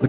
The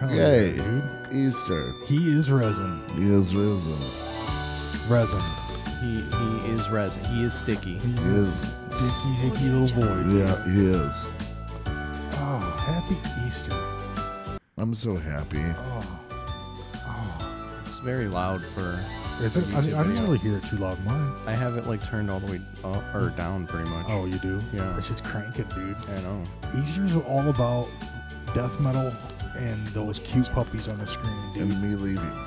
Hell Yay. yeah, dude. Easter. He is resin. He is risen. Resin. He he is resin. He is sticky. He's He this is. sticky, hicky little boy. Yeah, he is. Oh, happy Easter. I'm so happy. Oh, oh. It's very loud for. Is a it? I, I YouTube didn't video. really hear it too loud. Mine. I have it like turned all the way up or down pretty much. Oh, you do? Yeah. That shit's cranking, dude. I know. Easter's are all about death metal and those cute puppies on the screen, dude. And me leaving.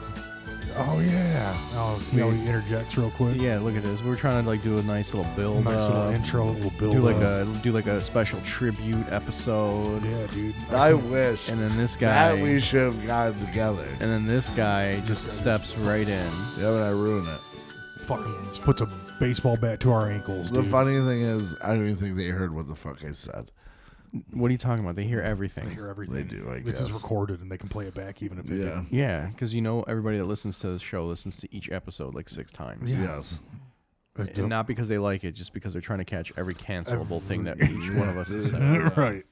Oh, yeah. Oh, see how he interjects real quick? Yeah, look at this. We were trying to like do a nice little build Nice little up, intro, little build do like up. a do like a special tribute episode, Yeah, dude. I wish and then this guy, that we should have gotten together. and then this guy just steps right in. Yeah, but I ruin it. fucking puts a baseball bat to our ankles, The dude. funny thing is, I don't even think they heard what the fuck I said. What are you talking about? They hear They everything. hear everything. They do, I this is guess. recorded, and they can play it back even if they Yeah. didn't. Yeah, because you know everybody that listens to this show listens to each episode like six times. Yes. And not because they like it, just because they're trying to catch every cancelable thing that each one of us has said. right.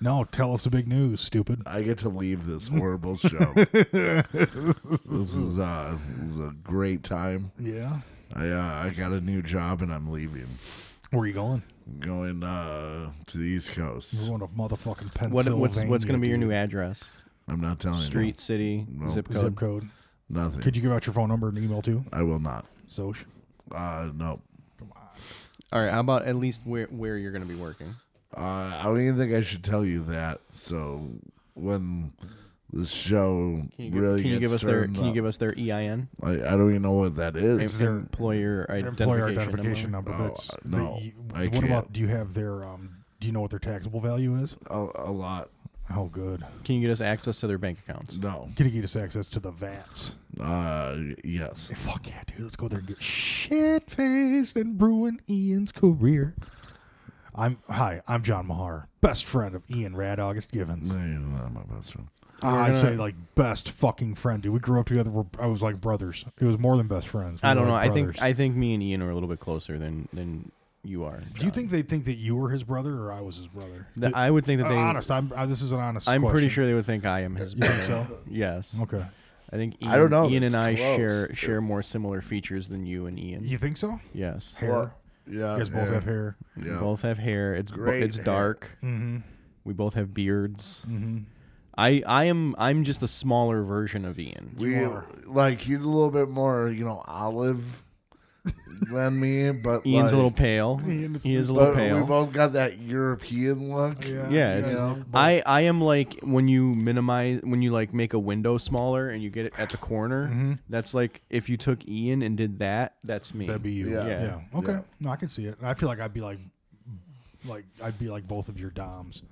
No, tell us the big news, stupid. I get to leave this horrible show. this is uh, this is a great time. Yeah. I uh, I got a new job and I'm leaving. Where are you going? Going uh, to the East We're Coast. going to motherfucking What, Pennsylvania. what's what's going to be your dude. new address? I'm not telling you. Street, city, No. zip code. zip code? Nothing. Could you give out your phone number and email too? I will not. So Uh, no. All right, how about at least where where you're going to be working? Uh, I don't even think I should tell you that. So when this show Can you give, really can you gets give us their turned Can you up- give us their E EIN? I, I don't even know what that is. Is there- employer identification, employer identification number. Oh, that's uh, no, you- I what can't. about? Do you have their? Um, do you know what their taxable value is? A, a lot. Oh, good. Can you get us access to their bank accounts? No. Can you get us access to the VATS? Uh, yes. Fuck yeah, dude. Let's go there and get shit faced and ruin Ian's career. I'm hi, I'm John Mahar, best friend of Ian Rad August Givens. No, you're not my best friend. I say like best fucking friend, dude. We grew up together. We're, I was like brothers. It was more than best friends. We I were don't know. like I think brothers. I think me and Ian are a little bit closer than than you are. Do you think they think that you were his brother or I was his brother? Th- I would think that Uh, they. honest. I'm. I, this is an honest. I'm pretty question. sure they would think I am his. You think brother. so? Yes. Okay. I think Ian, I don't know, Ian and that's I close. share share more similar features than you and Ian. You think so? Yes. Hair. Well, yeah. you guys both yeah. have hair. We Yeah. both have hair. It's bo- Great it's hair. dark. Mm-hmm. We both have beards. Mm-hmm. I I am I'm just a smaller version of Ian. We You are. like he's a little bit more, you know, olive than me, but Ian's like, a little pale. He is a little But we pale. both got that European look. Yeah, it's, Yeah. I I am like when you minimize when you like make a window smaller and you get it at the corner. Mm-hmm. That's like if you took Ian and did that. That's me. That'd be you. Yeah. Yeah. Yeah. Okay. Yeah. No, I can see it. I feel like I'd be like, like I'd be like both of your doms.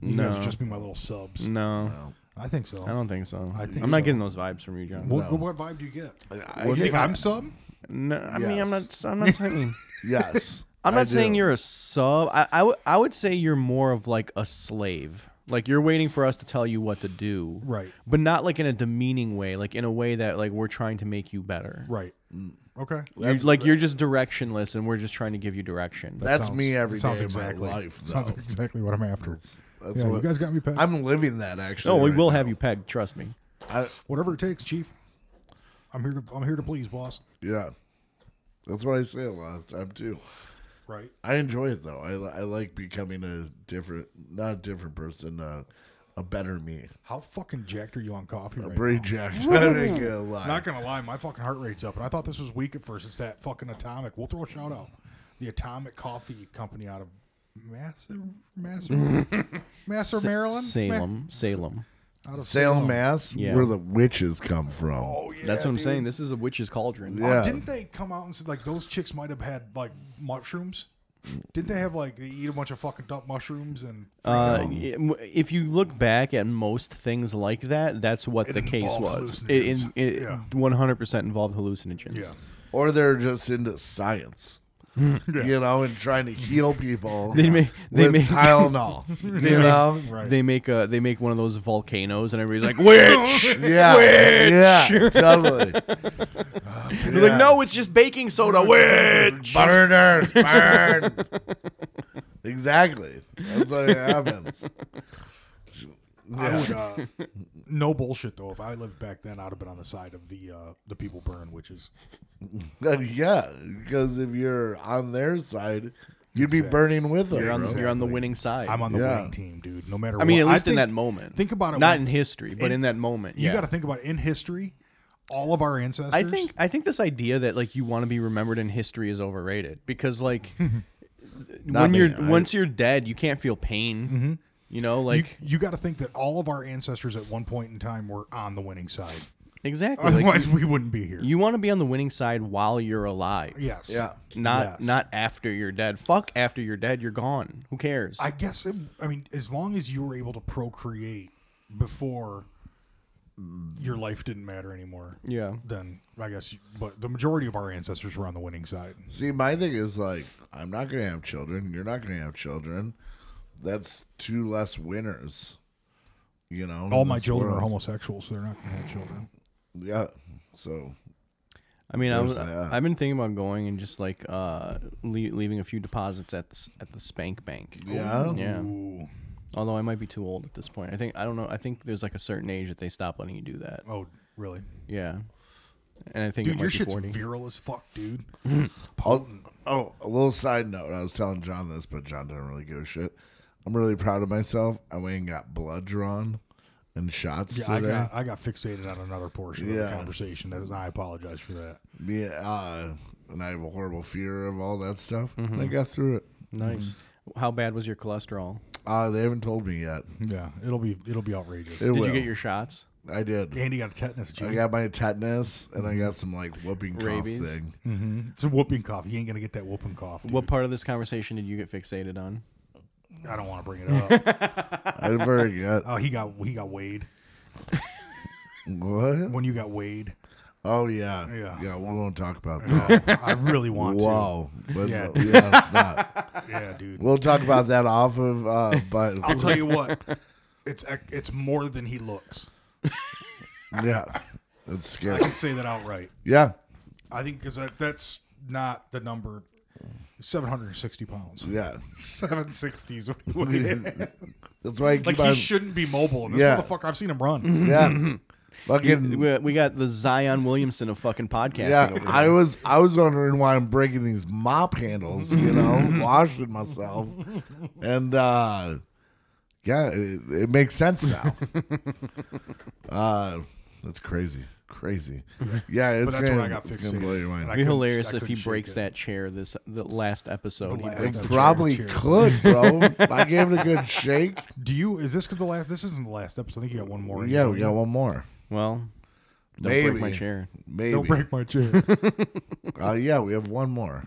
You no, guys would just be my little subs. no, I think so. I don't think so. I I think am not so. getting those vibes from you, John. What, what vibe do you get? I you get think that. I'm sub? No, I mean I'm Yes. not. I'm not saying. Yes. I'm I not saying do. you're a sub. I, I, w- I would say you're more of like a slave. Like you're waiting for us to tell you what to do. Right. But not like in a demeaning way, like in a way that like we're trying to make you better. Right. Mm. Okay. You're- like you're just directionless and we're just trying to give you direction. That's Sounds- me every day sounds of exactly, my life. Though. Sounds exactly what I'm after. That's yeah, what you guys got me pegged. I'm living that actually. no, Oh, we right will now. have you pegged, trust me. I, Whatever it takes, chief. I'm here to. I'm here to please, boss. yeah, that's what I say a lot of the time too. Right. I enjoy it though. I, li- I like becoming a different, not a different person, uh, a better me. How fucking jacked are you on coffee right Pretty now? jacked. I ain't gonna lie. Not gonna lie, my fucking heart rate's up, and I thought this was weak at first. It's that fucking atomic. We'll throw a shout out. The Atomic Coffee Company out of Massa, Massa, Massa, Maryland, Salem, Salem. Ma- out of Salem, Mass, Yeah. where the witches come from. Oh yeah, That's what I'm dude. saying. This is a witch's cauldron. Yeah. Oh, didn't they come out and said like those chicks might have had like mushrooms? Didn't they have like they eat a bunch of fucking dump mushrooms and freak Uh, out? if you look back at most things like that, that's what the case involved was. It, hallucinogens. it, Yeah. 100% involved hallucinogens. yeah, Or they're just into science. You know, and trying to heal people They make- they with make- Tylenol. You know, right. They make a they make one of those volcanoes, and everybody's like, "Witch!" yeah, yeah, totally. They're like, "No, it's just baking soda." Witch. burn her, burn. exactly. That's what happens. I would, uh, no bullshit though. If I lived back then, I'd have been on the side of the uh, the people burn witches. Uh, yeah, because if you're on their side, you'd be Exactly. burning with them. You're on bro. you're on the winning side. I'm on the Yeah. winning team, dude. No matter. I mean, what. at least in think- that moment. Think about it. Not in when- history, but in, that moment. You yeah. got to think about it. in history, all of our ancestors. I think I think this idea that like you want to be remembered in history is overrated because like when me, you're I- once you're dead, you can't feel pain. You know, Mm-hmm. you, like you got to think that all of our ancestors at one point in time were on the winning side. exactly. like, Otherwise, we wouldn't be here. you want to be on the winning side while you're alive. yes. Yeah. Not Yes. not after you're dead. Fuck after you're dead, you're gone. Who cares? I guess. It, I mean, as long as you were able to procreate before your life didn't matter anymore. yeah. Then I guess, you, but the majority of our ancestors were on the winning side. See, my thing is like, I'm not gonna have children. You're not gonna have children. That's two less winners. You know, All in my this children are world. homosexuals, so they're not going to have children. Yeah, so I mean, I There's was, that. I've been thinking about going and just like uh, lea- leaving a few deposits at the s- at the spank bank. yeah, Yeah. Ooh. Although I might be too old at this point. I think I don't know. I think there's like a certain age that they stop letting you do that. Oh, really? Yeah. And I think it Dude, might your be shit's 40. virile as fuck, dude. I'll- oh, a little side note. I was telling John this, but John didn't really give a shit. I'm really proud of myself. I went and got blood drawn and shots Yeah, I today. got I got fixated on another portion of Yeah. the conversation. That is, I apologize for that. Me, uh, and I have a horrible fear of all that stuff. And I got through it. Mm-hmm. nice. How bad was your cholesterol? Uh, they haven't told me yet. Yeah, it'll be it'll be outrageous. It Did will. you get your shots? I did. Andy got a tetanus. I Jimmy. got my tetanus and I got some like whooping cough Rabies? thing. It's a whooping cough. He ain't gonna get that whooping cough. dude. What part of this conversation did you get fixated on? I don't want to bring it up. I did very good. oh, he got he got weighed. What? When you got weighed, Oh yeah, Yeah. We won't talk about that. I really want Wow. But Yeah. yeah, it's not. to. Yeah, dude. We'll talk about that off of. Uh, but I'll tell you what, it's ec- it's more than he looks. yeah, it's I scary. can say that outright. Yeah, I think because that, that's not the number. Seven hundred and sixty pounds. yeah. Seven sixties. like That's why I keep he on. shouldn't be mobile. And this Yeah. Mm-hmm. motherfucker, I've seen him run. yeah, fucking. We, we got the Zion Williamson of fucking podcasting Yeah, over here. I was I was wondering why I'm breaking these mop handles, you know, washing myself, and uh, yeah, it, it makes sense now. uh, that's crazy, crazy. Yeah, it's that's gonna, where I got it's fixated. gonna blow your mind. And I It'd be couldn't- hilarious I if he couldn't shake breaks it. that chair this the last episode. he last breaks It chair, probably chair. could, bro. If I gave it a good shake. Do you? Is this 'cause the last? This isn't the last episode. I think you got one more. in Yeah, you, we don't got one more. well, don't Maybe. break my chair. you? Maybe. Don't break my chair. Uh, yeah, we have one more.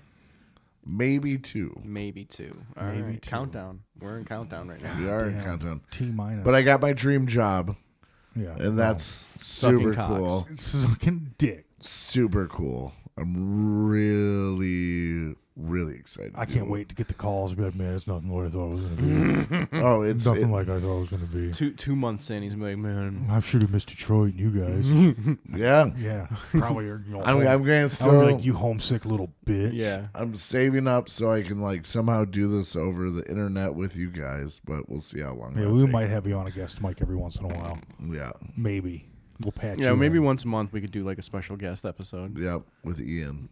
Maybe two. Maybe two. All right. Countdown. We're in countdown right now. We are in countdown. T minus. But I got my dream job, Yeah. and that's Sucking super cocks. cool. sucking dick. Super cool. I'm really, really excited. I can't wait to get the calls. Be like, man, it's nothing what I thought it was gonna be. Oh, it's nothing it- like I thought it was gonna be. Two two months in, he's gonna be like, man, I should have missed Detroit and you guys. yeah. yeah, probably. You're, you I'm, I'm gonna I'm still. like you homesick little bitch. yeah. I'm saving up so I can like somehow do this over the internet with you guys, but we'll see how long. Yeah, that we takes. might have you on a guest mic every once in a while. Yeah, Maybe we'll patch. Yeah, you maybe in. once a month we could do like a special guest episode. yeah, with Ian.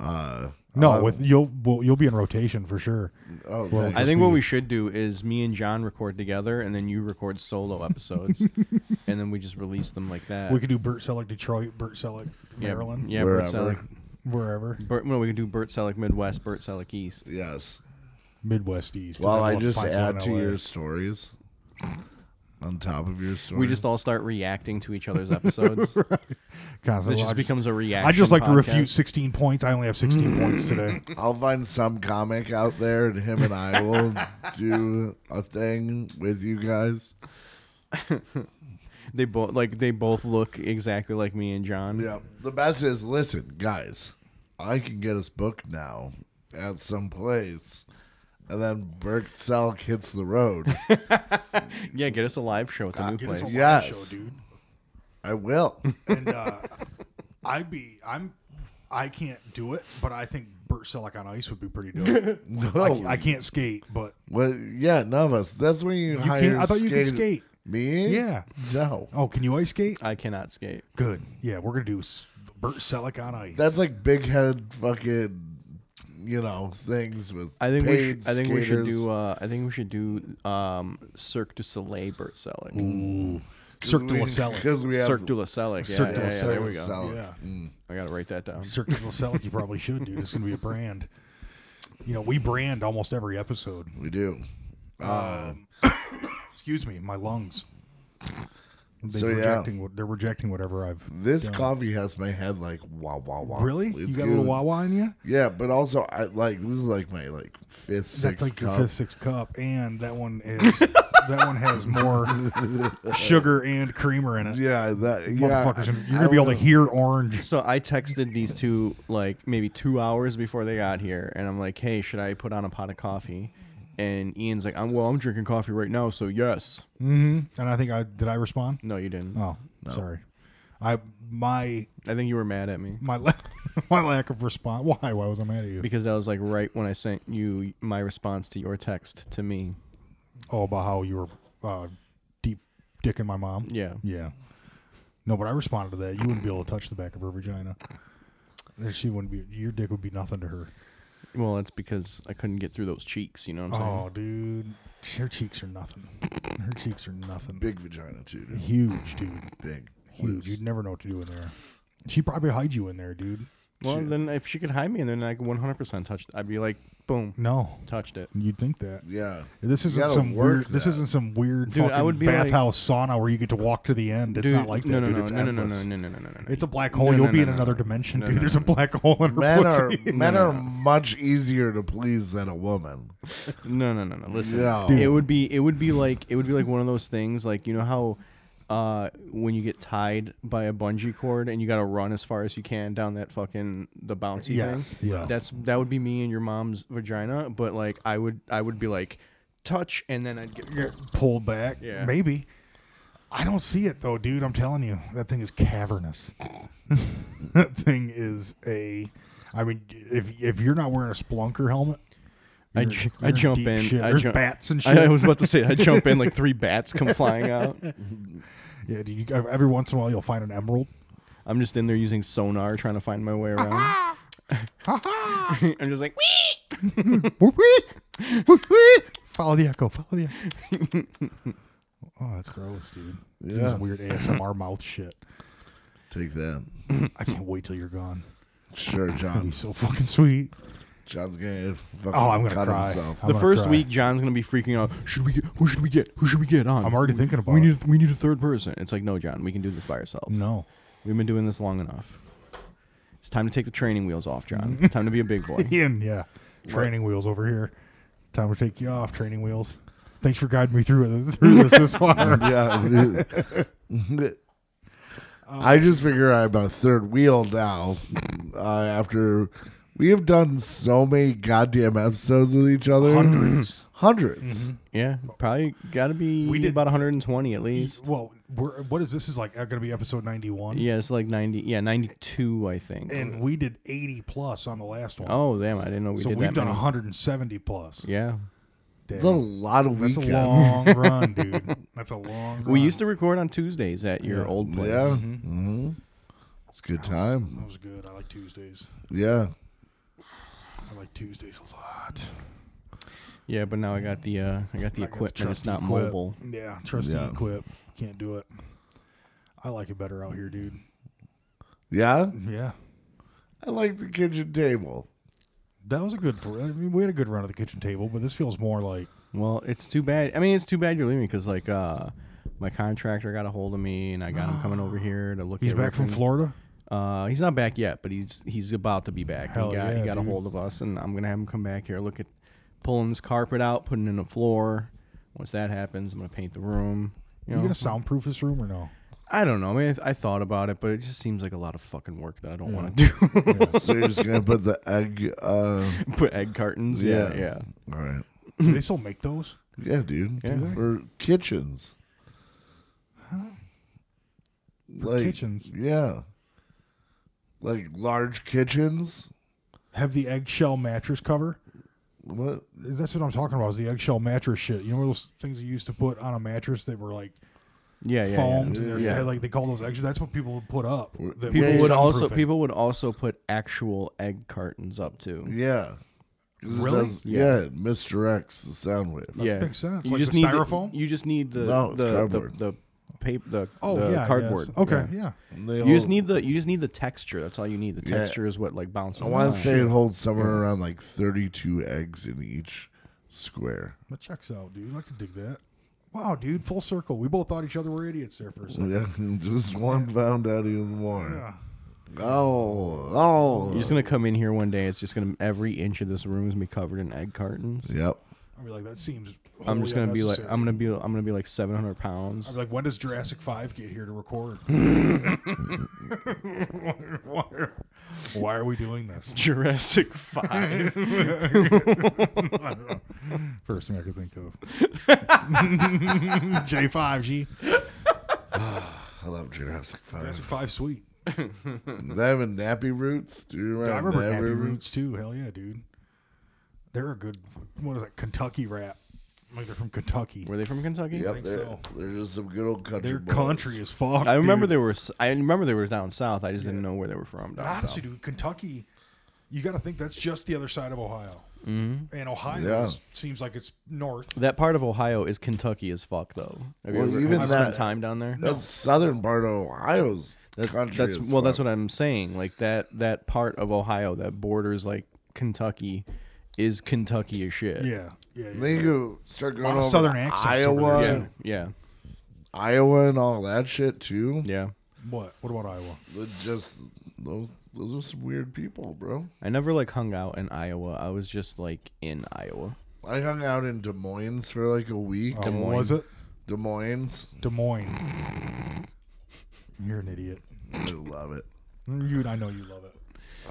Uh, No, with you'll well, you'll be in rotation for sure. oh, Well, thanks. I think what we should do is me and John record together, and then you record solo episodes, and then we just release them like that. We could do Burt Selleck, Detroit, Burt Selleck, yeah, Maryland, Yeah, Burt Wherever. Selleck. wherever, Burt, no, we can do Burt Selleck Midwest, Burt Selleck East. yes. Midwest, East. Well, I'd I love to just find add someone to in LA. your stories on top of your story. We just all start reacting to each other's episodes. Constant This watch. just becomes a reaction. I just like to podcast. Mm. refute 16 points. I only have 16 points today. I'll find some comic out there, and him and I will do a thing with you guys. They both like they both look exactly like me and John. Yeah. The best is listen, guys, I can get us booked now at some place. And then Bert Selk hits the road. Yeah, get us a live show at the new Ah, Get us place. a live Yes. show, dude. I will. And uh, I'd be I'm I can't do it, but I think Burt Selleck on ice would be pretty dope. I, No. ca- I can't skate, but well, yeah, none of us. That's when you, hire can't- I thought you could skate. Me? Yeah. No. oh, can you ice skate? I cannot skate. Good. Yeah, we're gonna do s- Burt Selleck on ice. That's like big head fucking, you know, things with. I think we paid should, I think we should skaters. do uh, I think we should do um, Cirque du Soleil Burt Selleck. Mm. Cirque du We- Selleck. 'cause we have Cirque du La Selleck. Yeah, Cirque du yeah, La yeah, there we go. Selleck. Yeah, I gotta write that down. Cirque du Selleck. You probably should, dude. It's gonna be a brand. You know, we brand almost every episode. We do. Excuse me, my lungs. They're So, yeah. rejecting. what- They're rejecting whatever I've. This coffee has my head like wow wow wow. Really? It's you got a little good. Wawa in you? Yeah, but also I like this is like my like fifth That's sixth like cup. the fifth, sixth cup, and that one is that one has more sugar and creamer in it. Yeah, that yeah. Motherfuckers, and you're I gonna be able to wanna- hear orange. So I texted these two like maybe two hours before they got here, and I'm like, "Hey, should I put on a pot of coffee?" And Ian's like, "I'm well, I'm drinking coffee right now, so yes." Mm-hmm. hmm And I think I did. I respond. No, you didn't. Oh, sorry. I my I think you were mad at me my la- my lack of response. Why? Why was I mad at you? because that was like right when I sent you my response to your text to me. Oh, about how you were uh, deep dicking my mom. Yeah. Yeah. No, but I responded to that. You wouldn't be able to touch the back of her vagina. She wouldn't be. Your dick would be nothing to her. Well, that's because I couldn't get through those cheeks. You know what I'm saying? Oh, dude, her cheeks are nothing. Her cheeks are nothing. big vagina too, dude. huge, dude. Big. Huge. You'd never know what to do in there. She would probably hide you in there, dude. Well, then if she could hide me, and then I could 100% touch. I'd be like, boom, No, touched it. you'd think that. Yeah. This isn't gotta some work weird. This that. isn't some weird Dude, I fucking would be like- bathhouse sauna where you get to walk to the end. It's not like that, no, no, dude. no, it's no, no, no, endless. no, no, no, no, no. It's a black hole. No, You'll no, be no, in no, another no. dimension, No, dude. no, There's a black hole in her Men are pussy. men are much easier to please than a woman. No, no, no, no. Listen, No. it would be it would be like it would be like one of those things like you know how uh, when you get tied by a bungee cord and you got to run as far as you can down that fucking the bouncy Yes, thing. yes. That's that would be me and your mom's vagina, but like I would I would be like touch and then I'd get pulled back. Yeah. Maybe. I don't see it though, dude. I'm telling you, that thing is cavernous. that thing is a. I mean, if if you're not wearing a Splunker helmet, I, you're- ju- you're I jump deep in. shit. I There's jump- bats and I, shit. I was about to say I jump in like three bats come flying out. yeah, dude, you, every once in a while you'll find an emerald. I'm just in there using sonar trying to find my way around. I'm just like Whoop, whoop, whoop, whoop. follow the echo. Follow the echo. oh, that's gross, dude. Doing Yeah. some weird ASMR mouth shit. Take that. I can't wait till you're gone. Sure, That'd be John. so fucking sweet. John's gonna fucking Oh, I'm gonna cut cry. himself. I'm the gonna first cry. week, John's gonna be freaking out. Should we get? Who should we get? Who should we get on? I'm already thinking about We it. need. We need a third person. It's like, no, John, we can do this by ourselves. No. we've been doing this long enough. It's time to take the training wheels off, John. time to be a big boy. Ian, yeah. Training wheels over here. Time to take you off, training wheels. Thanks for guiding me through this, through this this far. yeah. I just figure I'm a third wheel now. Uh, after we have done so many goddamn episodes with each other, Hundreds. Mm-hmm. 100s Yeah, probably got to be. We We did- did about 120 at least. Well, we're, what is this? Is like going to be episode 91. Yeah, it's like 90. Yeah, 92, I think. And we did 80 plus on the last one. oh damn, I didn't know we so did we've that. done many. 170 plus. Yeah, Dang. It's a lot of That's a weekends. long run, dude. That's a long we run. used to record on Tuesdays at your uh, Yeah. Mm-hmm. old place. yeah. hmm Mm-hmm. It's a good time. Um, That was good. I like Tuesdays. Yeah. I like Tuesdays a lot. Yeah, but now I got the uh, I got the I guess equipment. It's trusty not Quip. mobile. Yeah, trusty Yeah. equip. Can't do it. I like it better out here, dude. Yeah, Yeah. I like the kitchen table. That was a good. I mean, we had a good run at the kitchen table, but this feels more like Well, it's too bad. I mean, it's too bad you're leaving because like uh, my contractor got a hold of me and I got him coming over here to look. he's at back from roofing. Florida. Uh, he's not back yet, but he's he's about to be back. Hell he got yeah, he got dude. a hold of us, and I'm gonna have him come back here. Look at pulling this carpet out, putting in a floor. Once that happens, I'm gonna paint the room. You You know, gonna soundproof this room or no? I don't know. I mean, I, I thought about it, but it just seems like a lot of fucking work that I don't want to do. So you're just gonna put the egg. Uh, Put egg cartons. yeah, Yeah, yeah. All right. Do they still make those? Yeah, dude. Yeah. do that For kitchens. Like, kitchens? Yeah. Like large kitchens. Have the eggshell mattress cover? What? That's what I'm talking about. Is the eggshell mattress shit? You know those things you used to put on a mattress that were like Yeah, yeah, yeah. foams. and they Yeah. had, like they call those eggs. That's what people would put up. that People were would also soundproofing. people would also put actual egg cartons up too. Yeah. 'Cause it Really? does- Yeah. yeah. it misdirects the sound wave. yeah, makes sense. You Like just the need styrofoam? The, you just need the No, it's the, cardboard. the the paper the, Oh the yeah, I cardboard. guess. Okay, yeah. And they You just hold- need the you just need the texture. That's all you need. The Yeah. texture is what like bounces. I want Oh, off. to say it holds somewhere around like 32 eggs in each square. That checks out, dude. I could dig that. Wow, dude, full circle. We both thought each other were idiots there for a Mm. second. Yeah, just one found out even more. Yeah. Oh, oh. You're just gonna come in here one day. It's just gonna every inch of this room is gonna be covered in egg cartons. Yep. I'd be like, that seems. I'm just wholly gonna be like unnecessary. I'm gonna be I'm gonna be like 700 pounds. Oh, I'd be like, when does Jurassic Five get here to record? why, are, why are we doing this? Jurassic Five. First thing I could think of. J Five G. I love Jurassic 5. Jurassic Five, sweet. Did I have a nappy roots? Do you Dude, I Oh, remember, remember Nappy Roots too. Hell yeah, dude. They're a good. What is that? Kentucky rap. Like they're from Kentucky. Were they from Kentucky? Yep, think they're, so. they're just some good old country. They're boys. country as fuck. I remember dude. they were. s- I remember they were down south. I just didn't know where they were from. Down Nazi, south. dude. Kentucky, you got to think that's just the other side of Ohio. Mm-hmm. And Ohio Yeah. is- seems like it's north. That part of Ohio is Kentucky as fuck, though. Have Well, you ever, even have you spent that- time down there? That's southern part of Ohio's That's, country. that's as well, that's fuck. what I'm saying. Like that that part of Ohio that borders like Kentucky is Kentucky as shit. Yeah. Yeah. yeah. Then you go start going lot of over southern to accents Iowa, over there, yeah, yeah, Iowa, and all that shit too. yeah. What? What about Iowa? They're Just those, those are some weird people, bro. I never like hung out in Iowa. I was just like in Iowa. I hung out in Des Moines for like a week. Oh, what was it? Des Moines, Des Moines. You're an idiot. I love it. You and I know you love it.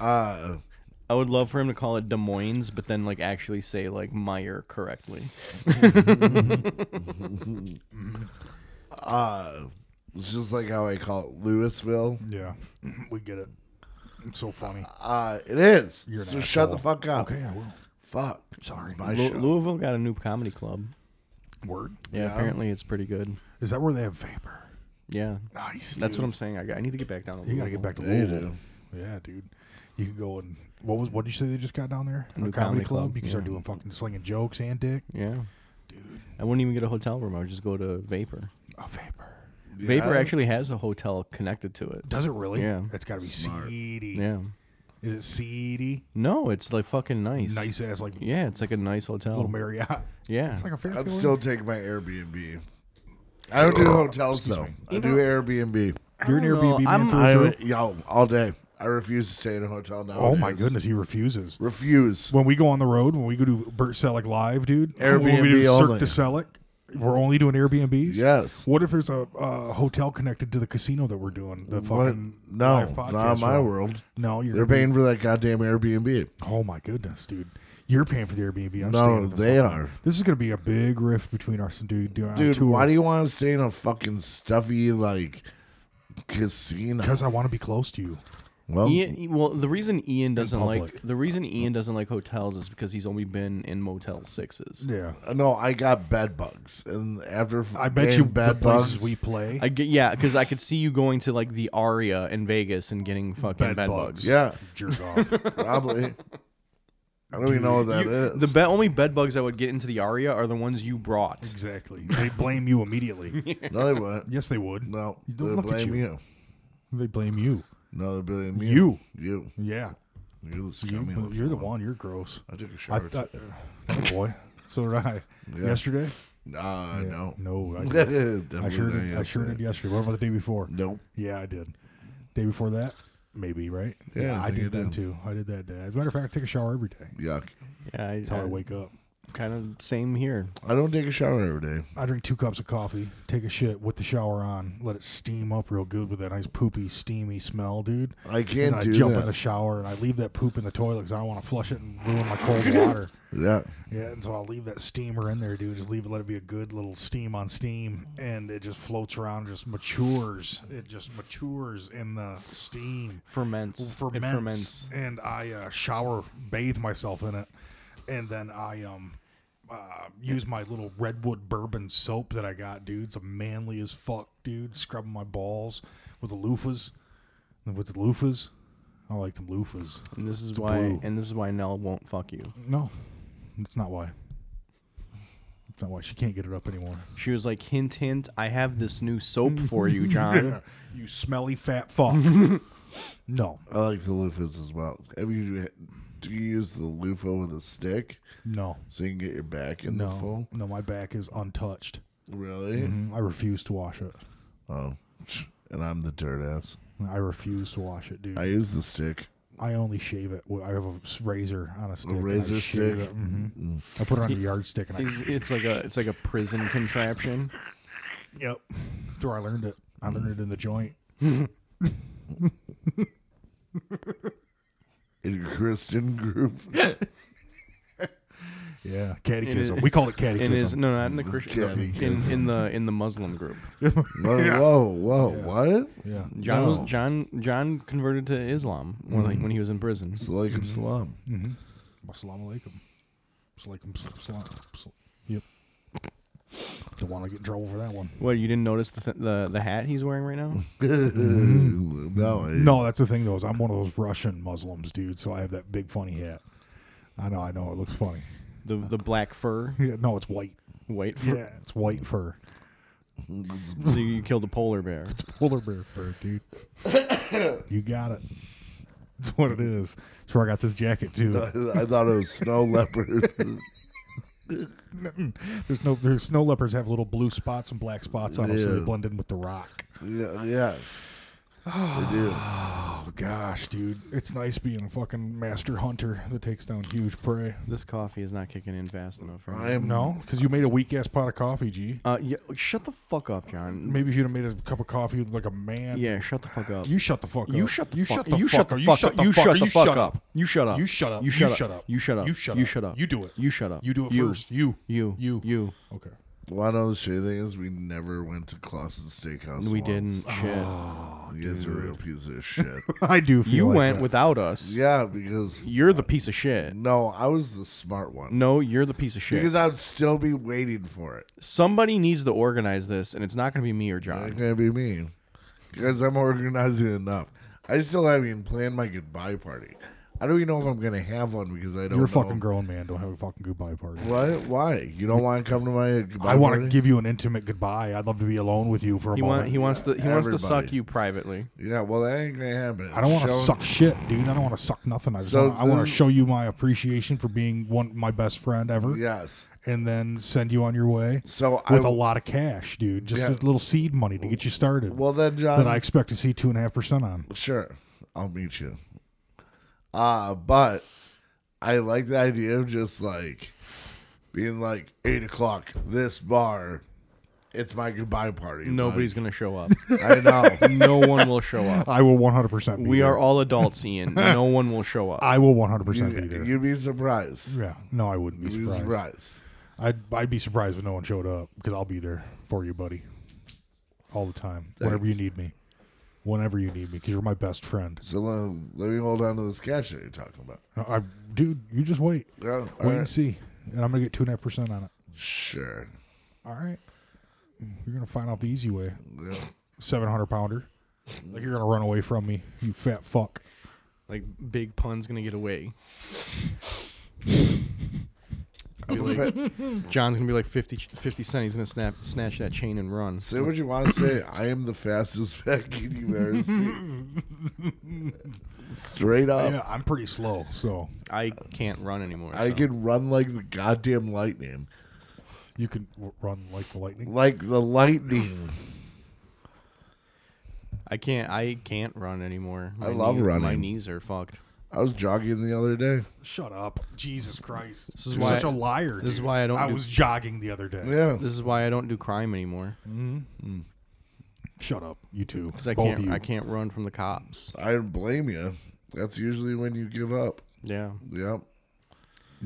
Uh, I would love for him to call it Des Moines, but then like actually say like Meyer correctly. uh, it's just like how I call it Louisville. Yeah. We get it. It's so funny. Uh, it is. You're an so shut the asshole. fuck up. Okay, I will. Fuck. Sorry. My Lu- show. Louisville got a new comedy club. Word. Yeah, Yeah. apparently it's pretty good. Is that where they have vapor? Yeah, Nice. that's what I'm saying. I, got, I need to get back down. To You gotta get Louisville. back to Yeah, you Louisville. Yeah, dude. You can go and what was what did you say they just got down there? A New comedy, comedy club. club, You can start doing fucking slinging jokes and dick. Yeah. I wouldn't even get a hotel room. I would just go to Vapor. A vapor. Vapor Yeah. actually has a hotel connected to it. Does it really? Yeah. It's got to be Smart. seedy. Yeah. Is it seedy? No, it's like fucking nice. Nice ass, like Yeah, it's like a nice little hotel. Marriott. Yeah. It's like a fair. I'd still take my Airbnb. I don't do hotels though. I do Airbnb. You're an I don't know. Airbnb man I'm- through and I through? yo all day. I refuse to stay in a hotel now. Oh my goodness, he refuses. Refuse. When we go on the road, when we go to Burt Selleck live, dude, when we Airbnb do Cirque only. du Selleck, we're only doing Airbnbs. Yes. What if there's a uh, hotel connected to the casino that we're doing? The What? fucking No, live not podcast my from? world. No, you're They're paying for that goddamn Airbnb. Oh my goodness, dude, you're paying for the Airbnb. I'm staying No, at the they fucking- are. This is gonna be a big rift between us, dude. Dude, why do you want to stay in a fucking stuffy like casino? Because I want to be close to you. Well, Ian, well, the reason Ian doesn't like public. the reason Ian doesn't like hotels is because he's only been in Motel Sixes. Yeah. no, I got bed bugs, and after f- I bet getting you bed the places bugs, we play. I get yeah, because I could see you going to like the Aria in Vegas and getting fucking bed, bugs. Yeah. Jerk off. probably. I don't even know what that You- is. The be- only bed bugs I would get into the aria are the ones you brought. Exactly. They blame you immediately. no, they wouldn't. yes, they would. No, You don't they look at blame you. you. They blame you. No, they blame You. you. You. Yeah. You're the You, scummy. are the one. You're gross. I took a I shower. thought. today. Oh, boy. So did I. Yeah. Yesterday? uh, Yeah. no. No. I, did. Definitely I sure not did. I sure yesterday. did yesterday. What about the day before? Nope. Yeah, I did. Day before that, maybe right. Yeah, I I, think did I that did. too. I did that day. As a matter of fact, I take a shower every day. Yuck. Yeah, I, That's how I wake up. Kind of same here. I don't take a shower every day. I drink two cups of coffee, take a shit with the shower on, let it steam up real good with that nice poopy, steamy smell, dude. I And can't I do jump that. in the shower and I leave that poop in the toilet because I don't want to flush it and ruin my cold water. yeah. Yeah, and so I'll leave that steamer in there, dude. Just leave it, let it be a good little steam on steam, and it just floats around, just matures. It just matures in the steam. Ferments. ferments, It ferments. and I uh, shower, bathe myself in it, and then I um uh, use my little redwood bourbon soap that I got, dude. It's a manly as fuck, dude. Scrubbing my balls with the loofahs, with the loofahs. I like them loofahs. And this is a why. brew. And this is why Nell won't fuck you. No, that's not why. That's not why she can't get it up anymore. She was like, hint, hint. I have this new soap for you, John. You smelly fat fuck. no, I like the loofahs as well. Have you, do you use the loofah with a stick no, so you can get your back in the no, Mm-hmm. full? no. My back is untouched. Really? I refuse to wash it. Oh, and I'm the dirt ass. I refuse to wash it, dude. I I, use the stick. only shave it. with- I have a s- razor on a stick. and I razor shave stick? Mm. it. Mhm. I put it on a yardstick and I It's, it's like a it's like a prison contraption. yep. That's where I learned it. I learned it in the joint. In your Christian group. Yeah, catechism. is- we call it And is catechism. no, not in the Christian no, in, in the in the Muslim group. Whoa, whoa, whoa. What? yeah, John No. was John John converted to Islam when, Mm. like, when he was in prison. Salam salam. Assalamu alaikum. Assalamu alaikum. Salam. Sal- Yep. Don't want to get in trouble for that one. What you didn't notice the th- the the hat he's wearing right now? Mm-hmm. no, I, No, that's the thing though. Is I'm one of those Russian Muslims, dude. So I have that big funny hat. I know, I know. It looks funny. The the black fur, Yeah, no, it's white. white fur. Yeah, it's white fur. it's So you killed a polar bear. polar bear fur, dude. you got it. That's what it is. That's where I got this jacket too. I thought it was snow leopard. There's no there's snow leopards have little blue spots and black spots on them, so they Yeah. blend in with the rock. yeah, yeah. They do. Oh gosh, dude. It's nice being a fucking master hunter that takes down huge prey. This coffee is not kicking in fast enough. for me. I am No, because you made a weak ass pot of coffee, G. Um, Uh, yeah, shut the fuck up, John. Maybe if you'd have made a cup of coffee like a man. Yeah, shut the fuck up. You shut the fuck up. You shut the you fuck shut the you fuck shut up. the You fuck shut up. the You fuck shut up. the You fuck up. shut up. You shut up. You shut up. You You shut shut up. up. You shut up. You shut You up. shut up. You do it. You shut up. You do it first. You. You. You. You. Okay. One of the shitty things is we never went to Clausen Steakhouse. We once. didn't. Oh, Shit. You guys are real pieces of shit. I do. Feel You like went that. without us. yeah, because You're the piece of shit. no, I was the smart one. No, you're the piece of shit. Because I'd still be waiting for it. Somebody needs to organize this, and it's not going to be me or That John. can't be me. Because I'm organizing enough. I still haven't even planned my goodbye party. I don't even know if I'm gonna have one because I You're don't. a know. fucking grown man. Don't have a fucking goodbye party. What? Why? You don't want to come to my goodbye I want to party? give you an intimate goodbye. I'd love to be alone with you for a He moment. want, he wants to he wants to Everybody. suck you privately. Yeah, well, that ain't gonna happen. I don't want to Showing- suck shit, dude. I don't want to suck nothing. I just So wanna, I want this- to show you my appreciation for being one my best friend ever, Yes. and then send you on your way So I. with a lot of cash, dude. Just Yeah. a little seed money to get you started. well then, John. that I expect to see two and a half percent on. Sure, I'll meet you. Uh, but I like the idea of just like being like eight o'clock, this bar, it's my goodbye party. Nobody's going to show up. Like, I know. No one will show up. I will 100% be We there. are all adults, Ian. No one will show up. I will 100% be there. You'd be surprised. yeah. No, I wouldn't be You'd be surprised. surprised. I'd, I'd be surprised if no one showed up because I'll be there for you, buddy. All the time. Whenever you need me. Whenever you need me because you're my best friend. So let, let me hold on to this cash that you're talking about. I, I- dude, you just wait. Yeah, all Wait right. and see. And I'm going to get 2.5% on it. Sure. All right. You're going to find out the easy way. Yeah. 700 pounder. Like you're going to run away from me, you fat fuck. Like big pun's gonna get away. Be like- John's gonna be like 50, 50 cent. He's gonna snap, snatch that chain and run. Say what you want to say. I am the fastest fat kid you've ever seen. Straight up. yeah, I'm pretty slow, so I can't run anymore. I so. can run like the goddamn lightning. you can w- run like the lightning. Like the lightning. I can't. I can't run anymore. I love running. My knees are fucked. I was jogging the other day. Shut up, Jesus Christ! is You're why- such a liar. this is dude. why I don't I do- was jogging the other day. Yeah. This is why I don't do crime anymore. Shut up, you two. Because I Both can't. of you. I can't run from the cops. I don't blame you. That's usually when you give up. Yeah. Yep.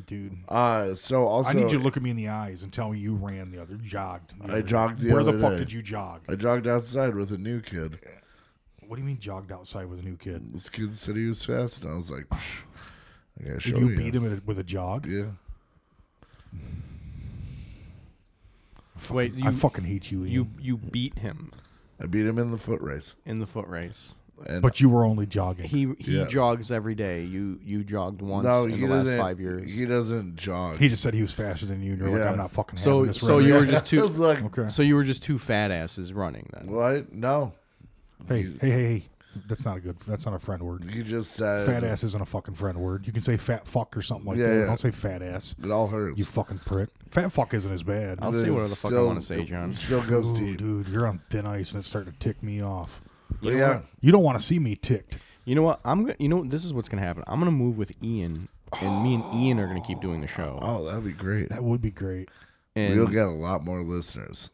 dude. Uh, so also, I need you to look at me in the eyes and tell me you ran the other, jogged. the I other day. jogged the Where other the fuck day. did you jog? I jogged outside with a new kid. What do you mean jogged outside with a new kid? This kid said he was fast, and I was like, "Psh, I gotta Did show you ya." beat him in a- with a jog? Yeah. Wait. You, I fucking hate you, Ian. you you beat him I beat him in the foot race. in the foot race. And But you were only jogging. He he Yeah. jogs every day. You you jogged once no, in he the last doesn't. five years. He doesn't jog. He just said he was faster than you, and you're like, Yeah. I'm not fucking having so this. so run. oh, you were just I two. was like, okay. So you were just two fat asses running then. what? No. Hey, hey, hey, hey. That's not a good. That's not a friend word. He just said Fat ass isn't a fucking friend word. You can say fat fuck or something like Yeah, that. yeah. Don't say fat ass. It all hurts. You fucking prick. Fat fuck isn't as bad. I'll But say it whatever the fuck I still- wanna say, John. it Still goes Ooh, deep. dude, you're on thin ice, and it's starting to tick me off. But yeah. You don't want to see me ticked. You know what? I'm gonna. You know this is what's gonna happen. I'm gonna move with Ian, and me and Ian are gonna keep doing the show. Oh, that'd be great. That would be great. And We'll get a lot more listeners.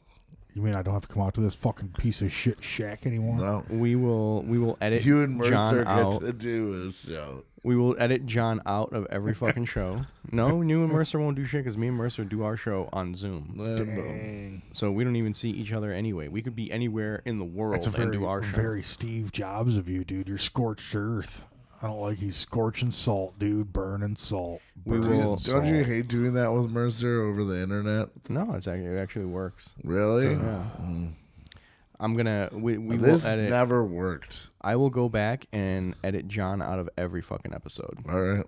You mean I don't have to come out to this fucking piece of shit shack anymore? No. we will we will edit You and Mercer John get out. to do a show. We will edit John out of every fucking show. No, you and Mercer won't do shit because me and Mercer do our show on Zoom, Then boom. so we don't even see each other anyway. We could be anywhere in the world That's a and very, do our show. very Steve Jobs of you, dude. You're scorched earth. I don't like he's scorching salt, dude. Burning salt. We Burning will- Don't you salt. hate doing that with Mercer over the internet? no, it's actually, it actually works. Really? Yeah. I'm gonna. We, we will This edit. never worked. I will go back and edit John out of every fucking episode. All right.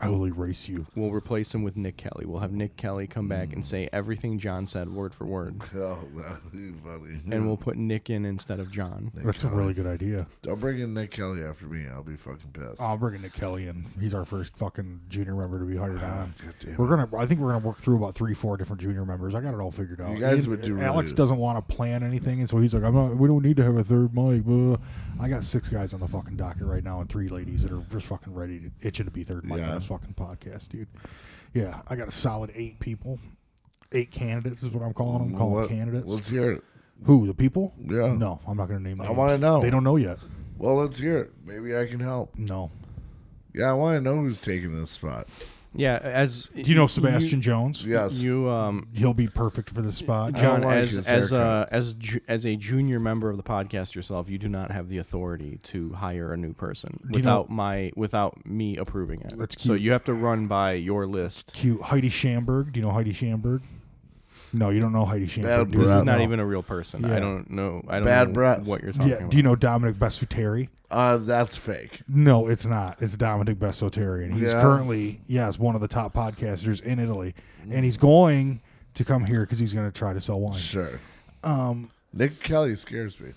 I will erase you. We'll replace him with Nick Kelly. We'll have Nick Kelly come back Hmm. and say everything John said word for word, Oh, that'd be funny. Hmm. and we'll put Nick in instead of John. That's a really good idea. Don't bring in Nick Kelly after me. I'll be fucking pissed. Oh, I'll bring in Nick Kelly, and he's our first fucking junior member to be hired on. God damn We're gonna. I think we're gonna work through about three, four different junior members. I got it all figured out. You guys would do Alex really- doesn't want to plan anything, and so he's like, "I'm not. We don't need to have a third mic." Blah. I got six guys on the fucking docket right now, and three ladies that are just fucking ready to itching to be third mic Yeah. on this fucking podcast, dude. Yeah, I got a solid eight people. Eight candidates is what I'm calling them. Calling Let- candidates. Let's hear it. Who the people? Yeah. No, I'm not gonna name. I names. wanna know. They don't know yet. Well, let's hear it. Maybe I can help. No. Yeah, I want to know who's taking this spot. Yeah, as Do you know Sebastian Jones? Yes. You um, He'll be perfect for the spot. Uh, John, like as his as a haircut. as ju- as a junior member of the podcast yourself, you do not have the authority to hire a new person you know- without my without me approving it. That's So cute. you have to run by your list. cute Heidi Schamberg. Do you know Heidi Schamberg? No, you don't know Heidi Bad Schamberg. dude. breath. This Right. is not No. even a real person. Yeah. I don't know. I don't Bad know breath. what you're talking Yeah. about. Do you know Dominic Besuteri? Uh, that's fake. No, it's not. It's Dominic Besuteri, and he's Yeah. currently yes one of the top podcasters in Italy, Mm. and he's going to come here because he's going to try to sell wine. Sure. Um, Nick Kelly scares me.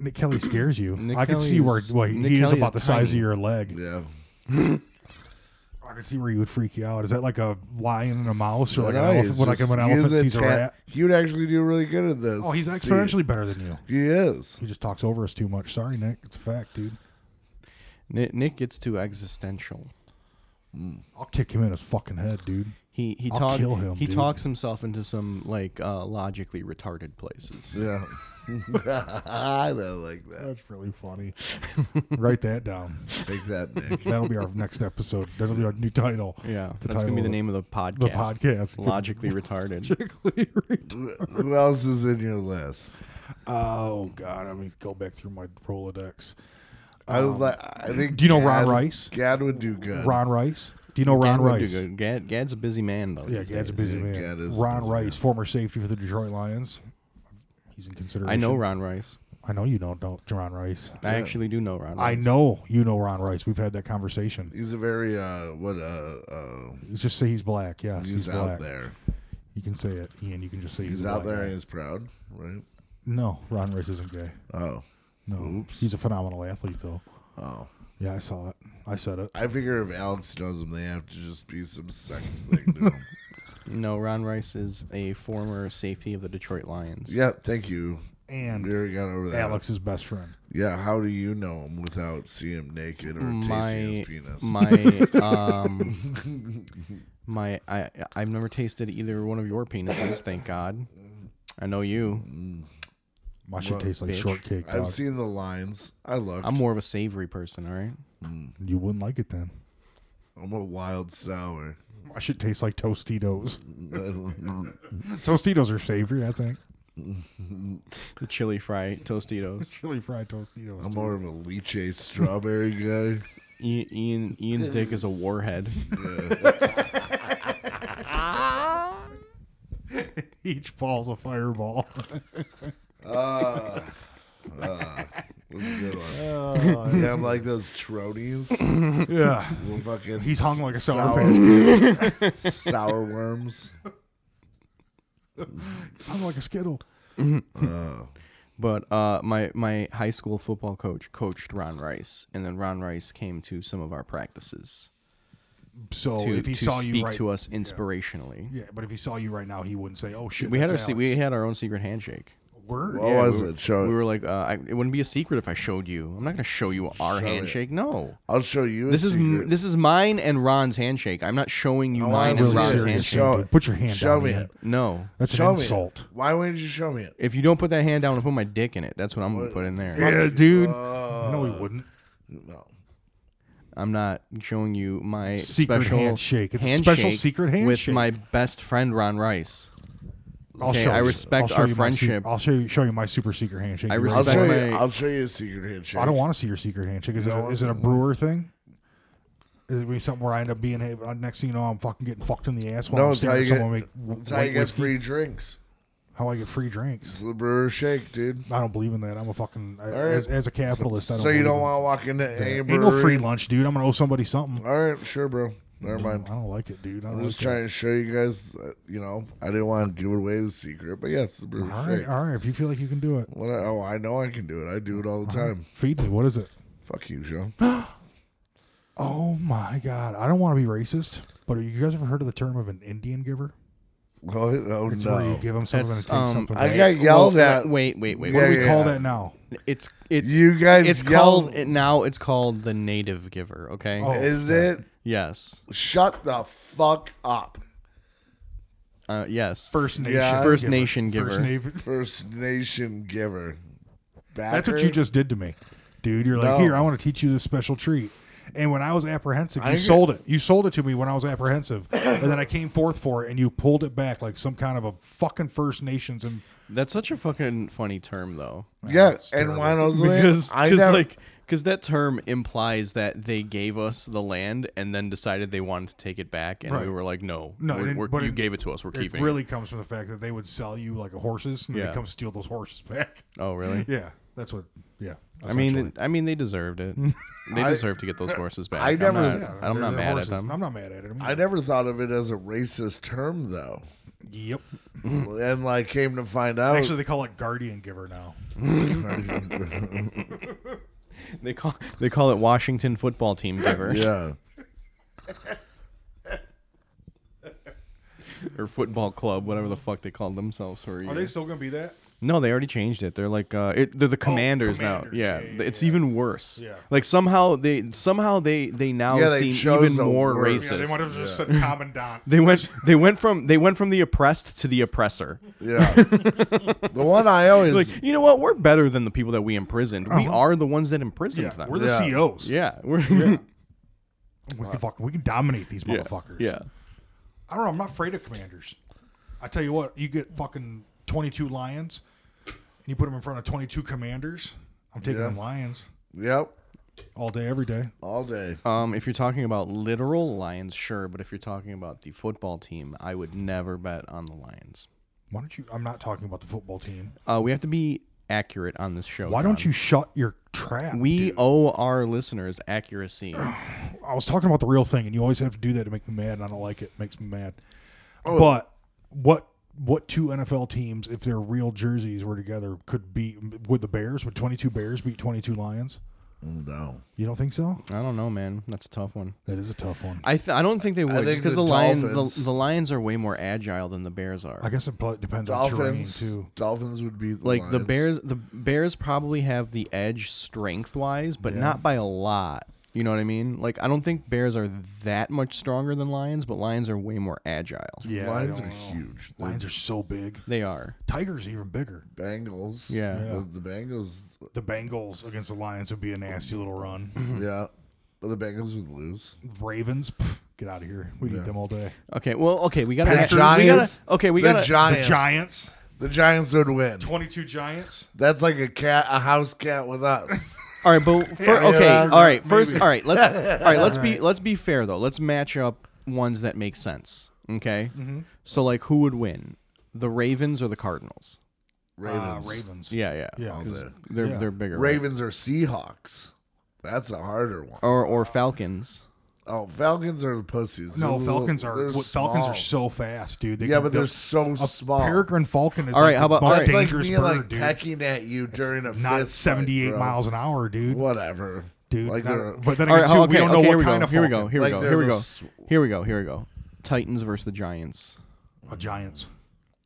Nick Kelly scares you. Nick I can Kelly see where is- well, he Nick he is Kelly is about the size of tiny. your leg. Yeah. I can see where he would freak you out. Is that like a lion and a mouse, or like an No, elephant? he's What, like just- when an he is elephant a sees a ta- rat? He would actually do really good at this. Oh, he's See, exponentially better than you. He is. He just talks over us too much. Sorry, Nick. It's a fact, dude. Nick, Nick gets too existential. I'll kick him in his fucking head, dude. He he I'll talk, kill him, He dude. talks himself into some like uh, logically retarded places. Yeah. I don't like that. That's really funny. Write that down. Take that, Nick. That'll be our next episode. That'll be our new title. Yeah, that's gonna be the name of the podcast. podcast. Logically retarded. name. Who else is in your list? oh God, I mean, go back through my Rolodex. I would like. I think. Um, do you know Ron Gad- Rice? Gad would do good. Uh, Ron Rice. Do you know Ron Gad would do Rice? good. Gad, Gad's a busy man though. Yeah, these Gad's a days. busy Yeah, man. Gad is a Ron busy Rice, former safety for the Detroit Lions. He's in consideration. I know Ron Rice. I know you don't know Ron Rice. I actually do know Ron. I Rice. know you know Ron Rice. We've had that conversation. He's a very uh what uh, uh Just say he's black. Yes, he's, he's, out black. there. You can say it, Ian. You can just say he's, He's, a out black there guy. and he's proud, right? No, Ron Rice isn't gay. Oh. No, Oops. he's a phenomenal athlete though. Oh. Yeah, I saw it. I said it. I figure if Alex knows him they have to just be some sex thing to him. No, Ron Rice is a former safety of the Detroit Lions. Yeah, thank you. We And already got over that. Alex's best friend. Yeah, how do you know him without seeing him naked or tasting my his penis? my um my I I've never tasted either one of your penises. Thank God. I know you. My shit tastes like bitch. shortcake. I've dog. seen the lines. I looked. I'm I'm, more of a savory person. All right. You wouldn't like it then. a wild sour. My shit tastes like Tostitos. Tostitos are savory, I think. The chili fry Tostitos. Chili fried Tostitos. I'm more of a lychee strawberry guy. I- Ian Ian's dick is a warhead. Each ball's a fireball. That's a good one. Oh, yeah, I'm like those tronies. yeah. Well, fucking He's hung like a sour sour worms. Sounds like a Skittle. But uh, my my high school football coach coached Ron Rice, and then Ron Rice came to some of our practices So to, Oh, if he to saw speak you right, to us inspirationally. yeah, but if he saw you right now, he wouldn't say, "Oh shit." We had our that's se- Alex." we had our own secret handshake. word. What Yeah, was we it? Show. We were like, uh, I, it wouldn't be a secret if I showed you. I'm not gonna show you our handshake. No, I'll show you. this a is secret. m- this is mine and Ron's handshake. I'm not showing Oh, you want mine to and see Ron's it. handshake. Show Ian, dude. Put your hand Show down, me Ian. it. No, That's Show an me insult. It. Why wouldn't you show me it? if you don't put that hand down and put my dick in it, that's what I'm gonna put in there. uh, Yeah, dude. no, he wouldn't. No. I'm not showing you my Secret special handshake. It's a special handshake secret with handshake. my best friend Ron Rice. I'll Okay, show I you. respect I'll show our you my se- friendship. I'll show you, show you my super secret handshake. I You I'll respect- ready? show Back you. my- I'll show you a secret handshake. I don't want to see your secret handshake. Is, it, is it a brewer thing? Is it gonna be something where I end up being hey, uh, next thing you know I'm fucking getting fucked in the ass while No, I'm it's staring how you at get. someone make w- It's how you white get whiskey? free drinks. how I get free drinks. It's the brewer shake, dude. I don't believe in that. I'm a fucking I, right. as, as a capitalist. I don't So you believe don't in want to walk into any that. brewery? Ain't no free lunch, dude. I'm gonna owe somebody something. All right, sure, bro. Never I mind. don't like it, dude. I don't I'm just like trying to show you guys. uh, You know, I didn't want to give away the secret, but yes, the brewer It. All right, shake. all right. If you feel like you can do it, What I, oh, I know I can do it. I do it all the time. feed me. What is it? Fuck you, Joe. Oh my god, I don't want to be racist, but you guys ever heard of the term of an Indian giver? Oh, oh It's where you no. give them something That's, and take um, something. I back. got yelled Well, at. Wait, wait, wait. Yeah, what do we yeah. call that now? It's it. You guys it's yelled. called it now. It's called the native giver. Okay. Oh. Is it? Yes. Shut the fuck up. Uh, yes. First Nation. Yeah. First Nation First giver. Nation. First Nation giver. Backer? That's what you just did to me, dude. You're like, No. here, I want to teach you this special treat. And when I was apprehensive, you didn't get- sold it. You sold it to me when I was apprehensive, and then I came forth for it, and you pulled it back like some kind of a fucking First Nations. And That's such a fucking funny term, though. Yeah, That's and terrible. when I was like, Because I cause never, like because that term implies that they gave us the land and then decided they wanted to take it back, and we Right. were like, no, No, it we're, didn't- we're, but you it- gave it to us. We're it keeping. really comes from the fact that they would sell you like horses, and then Yeah. they come steal those horses back. it. Oh, really? Yeah, that's what. Yeah, I mean, essentially. it- I mean, they deserved it. They deserve to get those horses back. I I'm never- not, yeah, I'm not they're- they're mad horses. at them. I'm not mad at them. I never thought of it as a racist term though, Yep. and like came to find Oh. out. Actually, they call it guardian giver now. They call they call it Washington football team giver yeah, or football club, whatever the fuck they called themselves for. a Are year. they still gonna be that? No, they already changed it. They're like uh, it, they're the commanders, commanders, now. Yeah, yeah, yeah, it's even worse. Yeah. Like somehow they somehow they they now Yeah, they seem chose even the more worst. racist. Yeah, Yeah, they they, might have just said commandant. went they went from they went from the oppressed to the oppressor. yeah. the one I always Like you know what? We're better than the people that we imprisoned. We are the ones that imprisoned Uh-huh. Yeah, them. we're the Yeah. CEOs. yeah, we're We can fuck, we can dominate these yeah, motherfuckers. yeah. I don't know. I'm not afraid of commanders. I tell you what, you get fucking 22 lions, and you put them in front of 22 commanders. I'm taking Yeah. them lions Yep, all day, every day. all day. Um, if you're talking about literal lions, sure, but if you're talking about the football team, I would never bet on the lions. Why don't you? I'm not talking about the football team. Uh, we have to be accurate on this show. Why John. don't you shut your trap? We owe our listeners accuracy. I was talking about the real thing, and you always have to do that to make me mad. And I don't like it; It makes me mad. But what what two NFL teams, if their real jerseys were together, could be would the Bears? Would twenty two Bears beat twenty two Lions? No. You don't think so? I don't know, man. That's a tough one. That is a tough one. I, I th- I don't think they would think because the the, lions Dolphins- the, the lions are way more agile than the bears are. guess it pl- depends Dolphins. on terrain too. Dolphins would be like the Lions. bears the bears probably have the edge strength wise, but not by a lot. You know what I mean? Like I don't think bears are that much stronger than lions, but lions are way more agile. Yeah, I Lions are don't know. huge. The Lions are so big. They are. Tigers even bigger. Bengals. Yeah. The, the Bengals. The Bengals against the Lions would be a nasty little run. Yeah. But the Bengals would lose. Mm-hmm. Ravens, pff, get out of here. We need them all day. Okay. Well, okay, we got to The we gotta, Giants- Okay, we the got to Giants. The Giants, The Giants would win. twenty two Giants. That's like a cat, a house cat with Uh, us. All right, but fir- yeah, okay. yeah, all right, first. maybe. All right, let's. All right, let's be let's be fair though. Let's match up ones that make sense. Okay. So like, who would win? The Ravens or the Cardinals? Ravens. Uh, Ravens. Yeah, yeah, Yeah. 'cause They're Yeah. they're bigger. right? Ravens are Seahawks. That's a harder one. or or Falcons. Oh, Falcons are the pussies. No, They're Falcons little- are they're what- Falcons are small. so fast, dude. They Yeah, can- but they're so a small. Peregrine Falcon is All right, like how about- the all most right. It's like dangerous me bird, like dude. pecking at you during a Not fist seventy fight, eight bro. miles an hour, dude. Whatever, Dude, Like not- they're but then All again, right, too, how- we okay, don't know okay, what here we kind go. of Here we Falcon. go. Here we Like go. there's Here we a go. sw- Here we go. Here we go. Titans versus the Giants. Oh, Giants.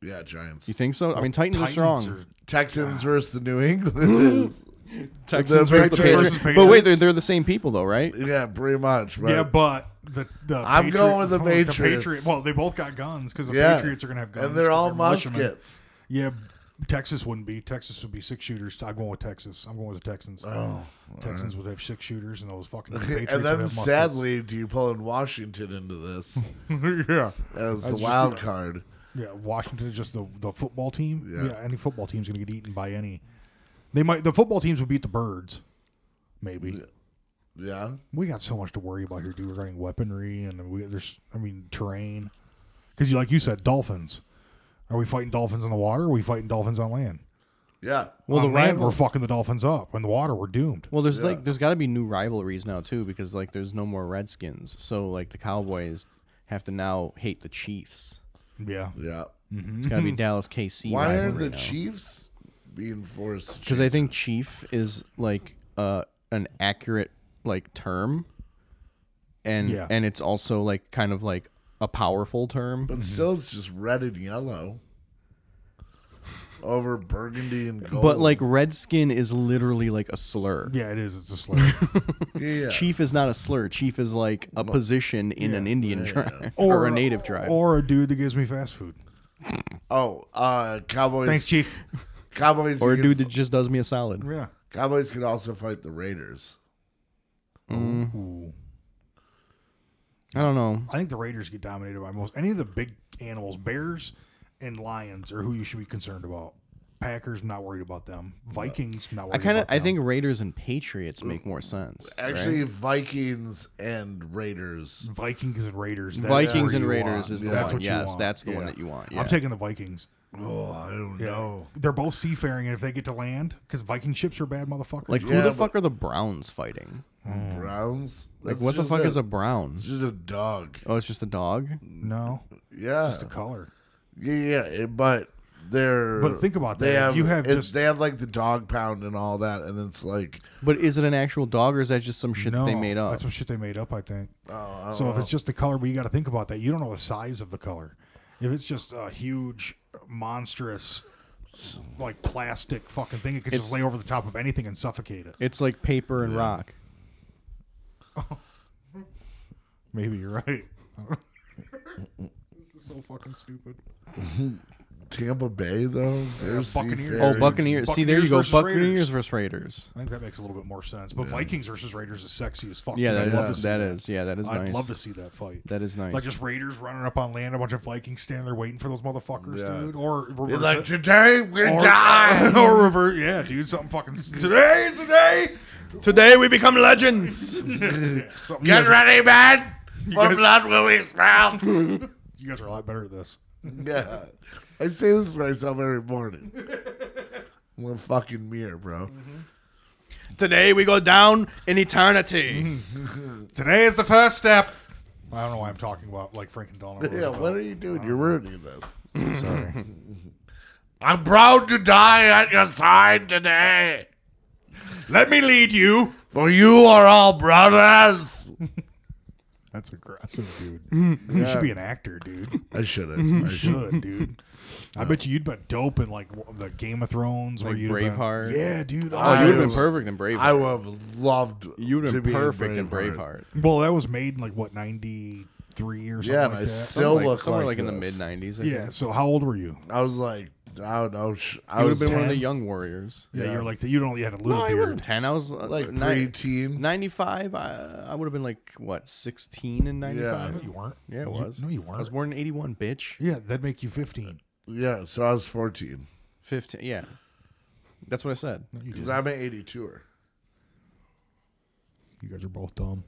yeah, Giants. You think so? I mean, Titans, are strong. Oh, are- Texans versus the New England. Texans The versus the Patriots. Patriots. But wait, they're, they're the same people though, right? yeah, pretty much. But yeah, but the the I'm Patriot- going with the Patriots. Patriot, well, they both got guns because the yeah. Patriots are gonna have guns, and they're 'cause all militiamen. muskets. Yeah, Texas wouldn't be. Texas would be six shooters. I'm going with Texas. I'm going with the Texans. Oh, Texans would have six shooters, and those fucking Patriots and would have then muskets. sadly, do you pull in Washington into this yeah, as the wild card? Yeah, Washington is just the, the football team. Yeah. Yeah. any football team's going to get eaten by any. They might. The football teams would beat the birds. Maybe Yeah, we got so much to worry about here, dude. Regarding weaponry and we, there's, I mean, terrain. Because you, like you said, dolphins. Are we fighting dolphins in the water? Or are we fighting dolphins on land? yeah. Well, on the land, rival- we're fucking the dolphins up. In the water, we're doomed. Well, there's like there's got to be new rivalries now too because like there's no more Redskins, so like the Cowboys have to now hate the Chiefs. Yeah, Yeah. It's got to be Dallas KC. Mm. Why are the Chiefs being forced? Because I think chief is like uh, an accurate like term, and Yeah. and it's also like kind of like a powerful term. but still, it's just red and yellow over burgundy and gold. But like redskin is literally like a slur. yeah, it is. It's a slur. yeah, Chief is not a slur. Chief is like a position in an Indian tribe or, a native tribe. or a dude that gives me fast food. Oh, uh, Cowboys. Thanks, chief. Cowboys. or a can- dude that just does me a solid. Yeah. Cowboys could also fight the Raiders. Ooh. I don't know. I think the Raiders get dominated by most any of the big animals. Bears and lions are who you should be concerned about. Packers, not worried about them. Vikings, not worried. I kind of about I them. think Raiders and Patriots make more sense. Actually, right? Vikings and Raiders. Vikings and Raiders. that's Vikings where and you Raiders want. is the That's one. what you Yes, want. that's the one Yeah. that you want. Yeah. I'm taking the Vikings. Oh, I don't know. They're both seafaring, and if they get to land, because Viking ships are bad motherfuckers. like who Yeah, the but- fuck are the Browns fighting? Hmm. Browns. Like That's what the just fuck is a brown? It's just a dog. Oh, it's just a dog. no, Yeah. uh, just the color. Yeah, yeah, it- but they're. But think about they that. Have, If you have it- just- they have like the dog pound and all that, and it's like But is it an actual dog, or is that just some shit no, that they made up? That's some shit they made up. I think. Oh, so if it's just the color, but you got to think about that. You don't know the size of the color. If it's just a huge, monstrous, like plastic fucking thing, it could It's- just lay over the top of anything and suffocate it. It's like paper and rock. Maybe you're right. this is so fucking stupid. Tampa Bay though. They're Buccaneers. seafaring. Oh, Raiders. Buccaneers! See, there you Buccaneers go. versus Buccaneers Raiders. versus Raiders. I think that makes a little bit more sense. But Vikings versus Raiders is sexy as fuck. Yeah, dude. that I'd is love to see that is yeah, that is I'd nice. love to see that fight. That is nice. Like just Raiders running up on land, a bunch of Vikings standing there waiting for those motherfuckers, Yeah. dude. Or reverse They're like it. today we or, die. or revert. Yeah, dude, something fucking today's the day. Today we become legends. Something you, Get guys, ready, man. For guys- blood will we sprout. you guys are a lot better at this. yeah, I say this to myself every morning. One fucking mirror, bro. Mm-hmm. Today we go down in eternity. Today is the first step. I don't know why I'm talking about like Frank and Donald. Yeah, what are you doing? You're ruining this. Sorry. I'm proud to die at your side today. Let me lead you. For you are all brothers. That's aggressive, dude. You should Uh, be an actor, dude. I shouldn't. I should. Should, dude. I bet you you'd been dope in like w- the Game of Thrones or Like you Braveheart. yeah, dude. Oh, you would have I been was- perfect in Braveheart. I would have loved. you would to have be been in perfect in Braveheart. well, that was made in like what ninety three or something. Yeah, and like I that. still like, look somewhere like, in the mid this. nineties. yeah. So how old were you? I was like, I don't know. sh- I I would was have been one of the 10. young warriors. Yeah, Yeah. you're like you don't you had a little No, I beard. wasn't ten. I was uh, like nine- preteen. 95 i, I would have been like what 16 in 95 No, you weren't. yeah, it You- was no, you i was weren't. born in 81 bitch Yeah, that'd make you fifteen. yeah, so I was 14 15 yeah that's what i said You, because I'm an 82er. you guys are both dumb.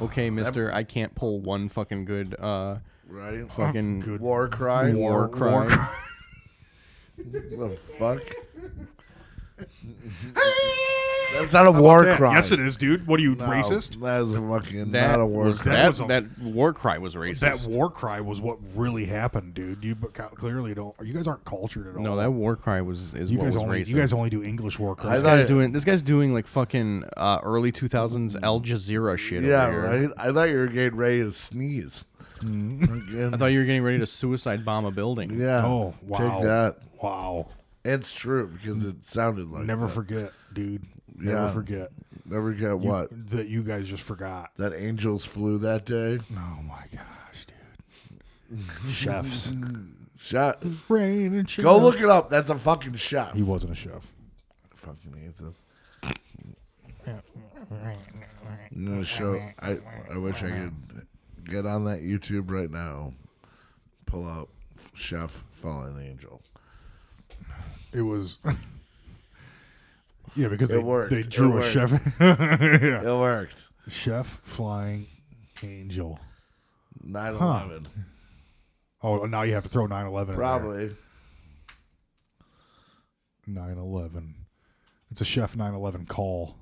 okay mister i can't pull one fucking good uh Right? fucking good. War cry. war cry The fuck? That's not a war Yeah, cry. Yes, it is, dude. What are you No, racist? That is fucking that not a war was cry. that, That was a- that war cry was racist That war cry was what really happened, dude. You b- ca- clearly don't. You guys aren't cultured at all. no that war cry was is you what guys was only racist you guys only do English war cries. I this thought- guy's doing this guy's doing like fucking uh, early 2000s al jazeera shit Yeah, over here. right. I thought you were getting ready to sneeze. Mm-hmm. Again. i thought you were getting ready to suicide bomb a building yeah. oh wow, Take that. Wow, It's true because it sounded like never that. forget, dude. Never Yeah. forget never get what that you guys just forgot. that angels flew that day. Oh my gosh, dude. Chefs. Shut. Rain and chef. Go look it up. That's a fucking chef. He wasn't a chef. fucking hate this. I'm gonna show. I I wish I could get on that YouTube right now. Pull out Chef Fallen Angel. It was. yeah, because It they worked. they It drew a worked. chef. Yeah. It worked. Chef flying angel. 9/11. Oh, now you have to throw 911. Probably. 911. It's a chef 911 call.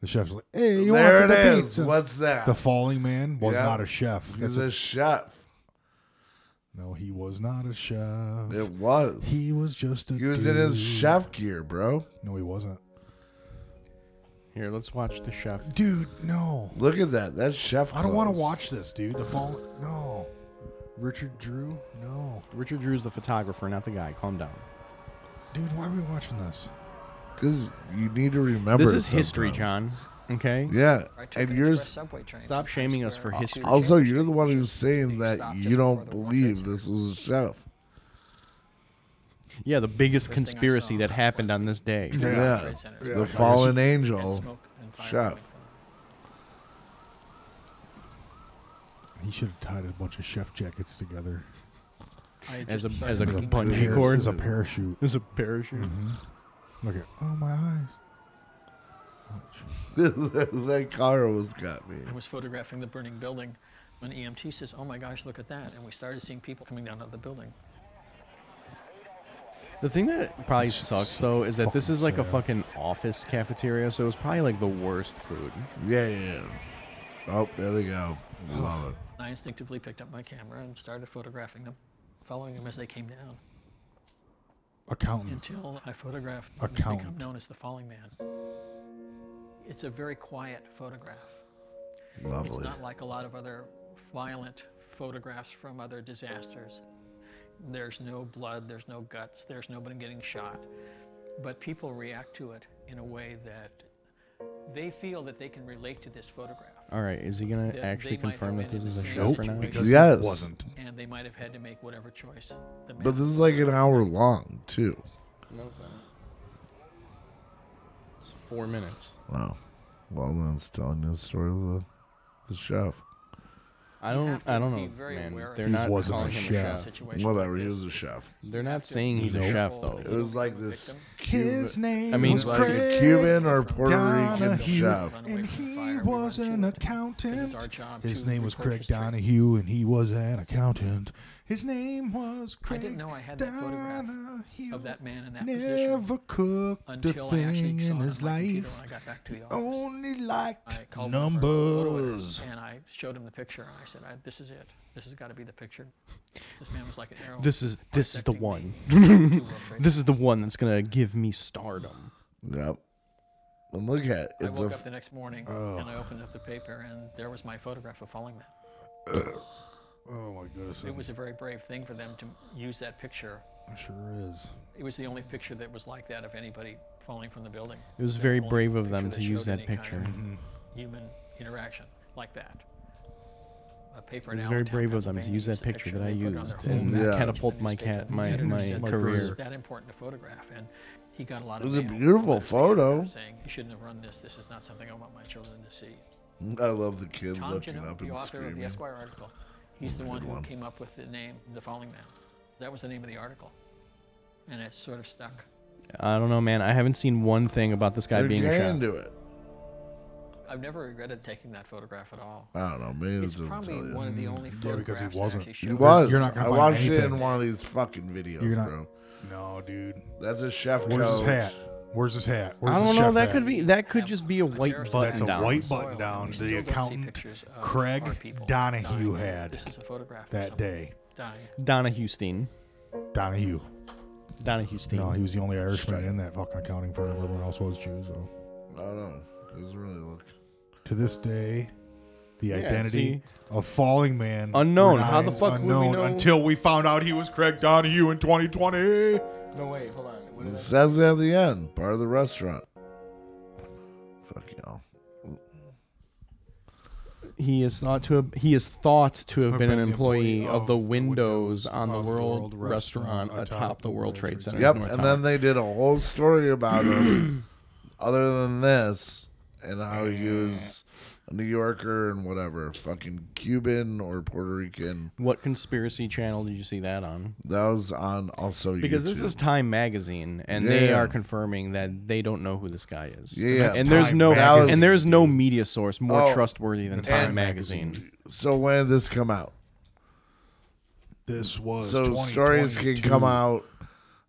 The chef's like, "Hey, you there want it the is. pizza?" What's that? The falling man was Yeah. not a chef. He's That's a a, chef. no, he was not a chef. It was. He, He was just a. was in his dude. chef gear, bro. No, he wasn't. here let's watch the chef Dude, no. Look at that. That's chef. I don't want to clothes. watch this, dude. The fall. No. Richard Drew. No. Richard Drew's the photographer, not the guy. Calm down. Dude, why are we watching this? Cause you need to remember. This is history, sometimes. John. Okay? Yeah, I took and an yours. express subway train Stop from Times shaming us Square for up to history. the Also, James you're the one who's Church. saying They that stopped you just don't before the World believe Trade this Center. was a chef. Yeah, the biggest First thing I conspiracy saw that happened on this day. Yeah. World Trade Center. The Fires fallen and angel. smoke and fire Chef. coming from it. He should have tied a bunch of chef jackets together. I had As just a- started as a making my bungee way- cord. Cord. There's a parachute. Hmm? There's a parachute. Look at oh my eyes. that car almost got me. I was photographing the burning building when EMT says, "Oh my gosh, look at that!" And we started seeing people coming down out of the building. The thing that probably sucks, though, is that this fucking is like a sad. fucking office cafeteria, so it was probably like the worst food. Yeah, yeah. yeah. Oh, there they go. Love it. I instinctively picked up my camera and started photographing them, following them as they came down, Mm. Accountant. until I photographed A what's become count. known as the Falling Man. It's a very quiet photograph. It's Lovely. not like a lot of other violent photographs from other disasters. There's no blood, there's no guts, there's nobody getting shot. But people react to it in a way that they feel that they can relate to this photograph. All right, is he going to They- actually they might confirm that have this been is a in the chef same or not? situation. Yes. it wasn't. And they might have had to make whatever choice. The man But this is like an hour long, too. No, it's not. It's four minutes. Wow. Well, then it's telling you the story of the, the chef. I You don't. have to I don't be know, very man. aware of They're He not wasn't a calling him a chef. chef. situation Whatever, like he this. was a chef. They're You have not to saying he's a be chef, careful though. It was like this Victim. Cuban, His name I mean, was like a Craig Cuban or Puerto Rican Donahue. chef. Run away and from the he fire. where we run was short. an This accountant. is our job His to name was report Craig this trade. Donahue, and he was an accountant. His name was Craig didn't know I had that photograph Donahue. of that man in that position Never cooked Until a I thing actually saw in it his on my computer life. when I got back to the office. Only I liked called my brother, photo editor, numbers. and I showed him the picture, and I said, I, "This is it. This has got to be the picture." This man was like an arrow. This is this is the dissecting one. me. Two World Trade This is the one that's gonna give me stardom. Yep. And look at it. I It's a woke up f- the next morning Oh. and I opened up the paper and there was my photograph of falling man. Oh my goodness, It was a very brave thing for them to use that picture. it sure is. It was the only picture that was like that of anybody falling from the building. It was The very only brave of picture them to use showed that any kind picture. of Mm. human interaction like that. A paper It was in very Allentown, brave of them to Pennsylvania use was that the picture that I they put on their used home and Yeah. that page catapulted in the my newspaper. cat The my editor my said that This is career. that important to photograph, and he got a lot It of. was a mail beautiful letters from photo. people Saying you shouldn't have run this. This is not something I want my children to see. I love the kid Tom looking Janot, up the and author of the screaming. Esquire article, he's the one who one. came up with the name "The Falling Man." That was the name of the article, and it sort of stuck. I don't know, man. I haven't seen one thing about this guy They're being a gay chef. into it. I've never regretted taking that photograph at all. I don't know. Maybe It's it doesn't probably tell you. one of the only Yeah, because photographs he that wasn't. actually It showed. was. You're not gonna I find watched it anything. in one of these fucking videos, You're not- bro. No, dude. That's a chef Where's coach. his hat? Where's his hat? Where's I his don't know. chef That hat? could be. That could Have just be a a white terrorist button attack That's a down. white Soil, button and down. we still The don't see accountant pictures of Craig our people Donahue dying. had This is a photograph of that someone day. dying. Donna Huston. Donahue. Donna Huston. No, he was the only Irishman in that fucking accounting firm. Everyone else was Jews, though. I don't know. It doesn't really look. To this day, the see? identity of Falling Man Unknown. How the remains fuck would we unknown know? until we found out he was Craig Donahue in 2020. no wait, hold on. What It says at the end, part of the restaurant. Fuck y'all. He is thought to have, he is thought to have been an been the employee, employee of, of the the windows windows on the of World, World Restaurant atop, the World Trade Center. Yep, North and Tower. then they did a whole story about him, other than this, and how he was a New Yorker and whatever, fucking Cuban or Puerto Rican. what conspiracy channel did you see that on? That was on also Because YouTube. this is Time Magazine, and they Yeah. are confirming that they don't know who this guy is. Yeah, yeah. and there's Time no Magazine. and there's no media source more Oh. trustworthy than Time And- Magazine. so when did this come out? This was So stories can 2022. come out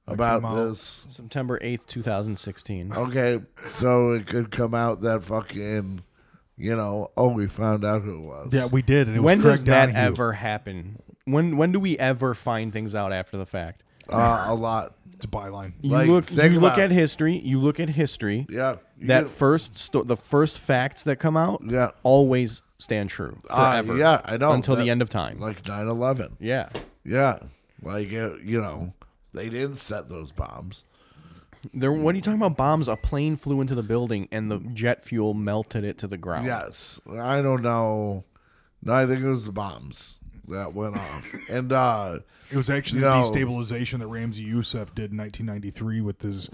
about came out. this. September eighth, two thousand sixteen. Okay, so it could come out that fucking, you know, oh, we found out who it was. Yeah, we did, and it When was Craig does that Donahue. ever happen? When when do we ever find things out after the fact? uh, a lot. It's a byline. You Like, look think you look about at it. history. You look at history. Yeah, you that get- first sto- the first facts that come out Yeah. always stand true Ah, forever. yeah, I know. until That- the end of time. like 9-11 yeah. yeah like uh, you know they didn't set those bombs There what are you talking about bombs? A plane flew into the building and the jet fuel melted it to the ground. yes i don't know no i think it was the bombs that went off and uh It was actually No. the destabilization that Ramsey Youssef did in 1993 with his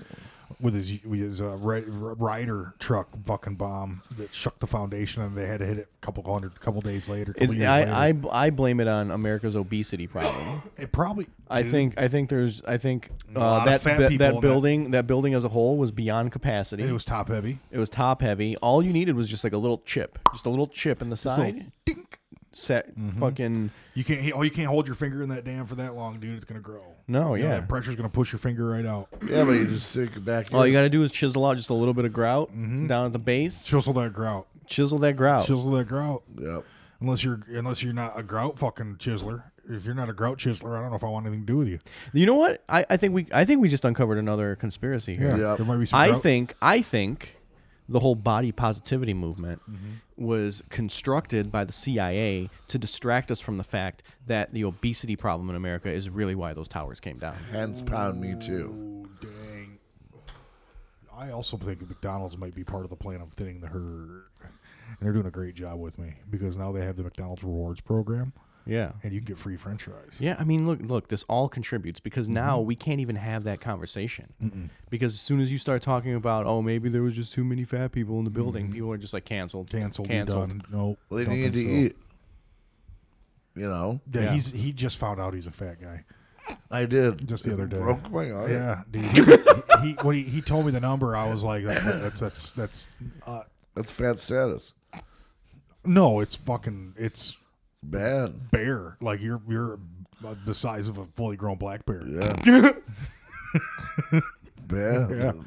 with his with his uh, ri- rider truck fucking bomb that shook the foundation, and they had to hit it a couple hundred, couple days later. It- Couple years later. I, I I blame it on America's obesity problem. it probably. I dude, think I think there's I think uh, lot of that fat that, people in that that. building that. building as a whole was beyond capacity. it was top heavy. top heavy. All you needed was just like a little chip, just a little chip in the So, side. dink. set Mm-hmm. fucking You can't. Oh, you can't hold your finger in that dam for that long, dude. It's gonna grow. no You know, yeah. that pressure's gonna push your finger right out. yeah but you just stick it back All in. Oh, you gotta do is chisel out just a little bit of grout down at the base. Chisel that grout. Chisel that grout. Mm-hmm. Chisel that grout. yep Unless you're unless you're not a grout fucking chiseler. If you're not a grout chiseler, I don't know if I want anything to do with you. You know what? I, I think we I think we just uncovered another conspiracy here. Yep. There might be some I grout- think I think the whole body positivity movement Mm-hmm. was constructed by the CIA to distract us from the fact that the obesity problem in America is really why those towers came down. hence pound me too Oh, dang. I also think McDonald's might be part of the plan of thinning the herd. And they're doing a great job with me because now they have the McDonald's rewards program Yeah. and you can get free french fries. Yeah, I mean, look, look. This all contributes because Mm-hmm. now we can't even have that conversation. Because as soon as you start talking about, oh, maybe there was just too many fat people in the building, people are just like canceled, Mm-hmm. Canceled, canceled. canceled. Done. No, well, they don't need think to so. eat you know Yeah, Yeah. He's, he just found out he's a fat guy i did just the other day. broke my arm Yeah, dude. He, he, when he, he told me the number, I was like, that's that's that's, that's uh, that's fat status No, it's fucking. It's Bad. bear. Like you're you're uh, the size of a fully grown black bear. Yeah. Bad. Yeah.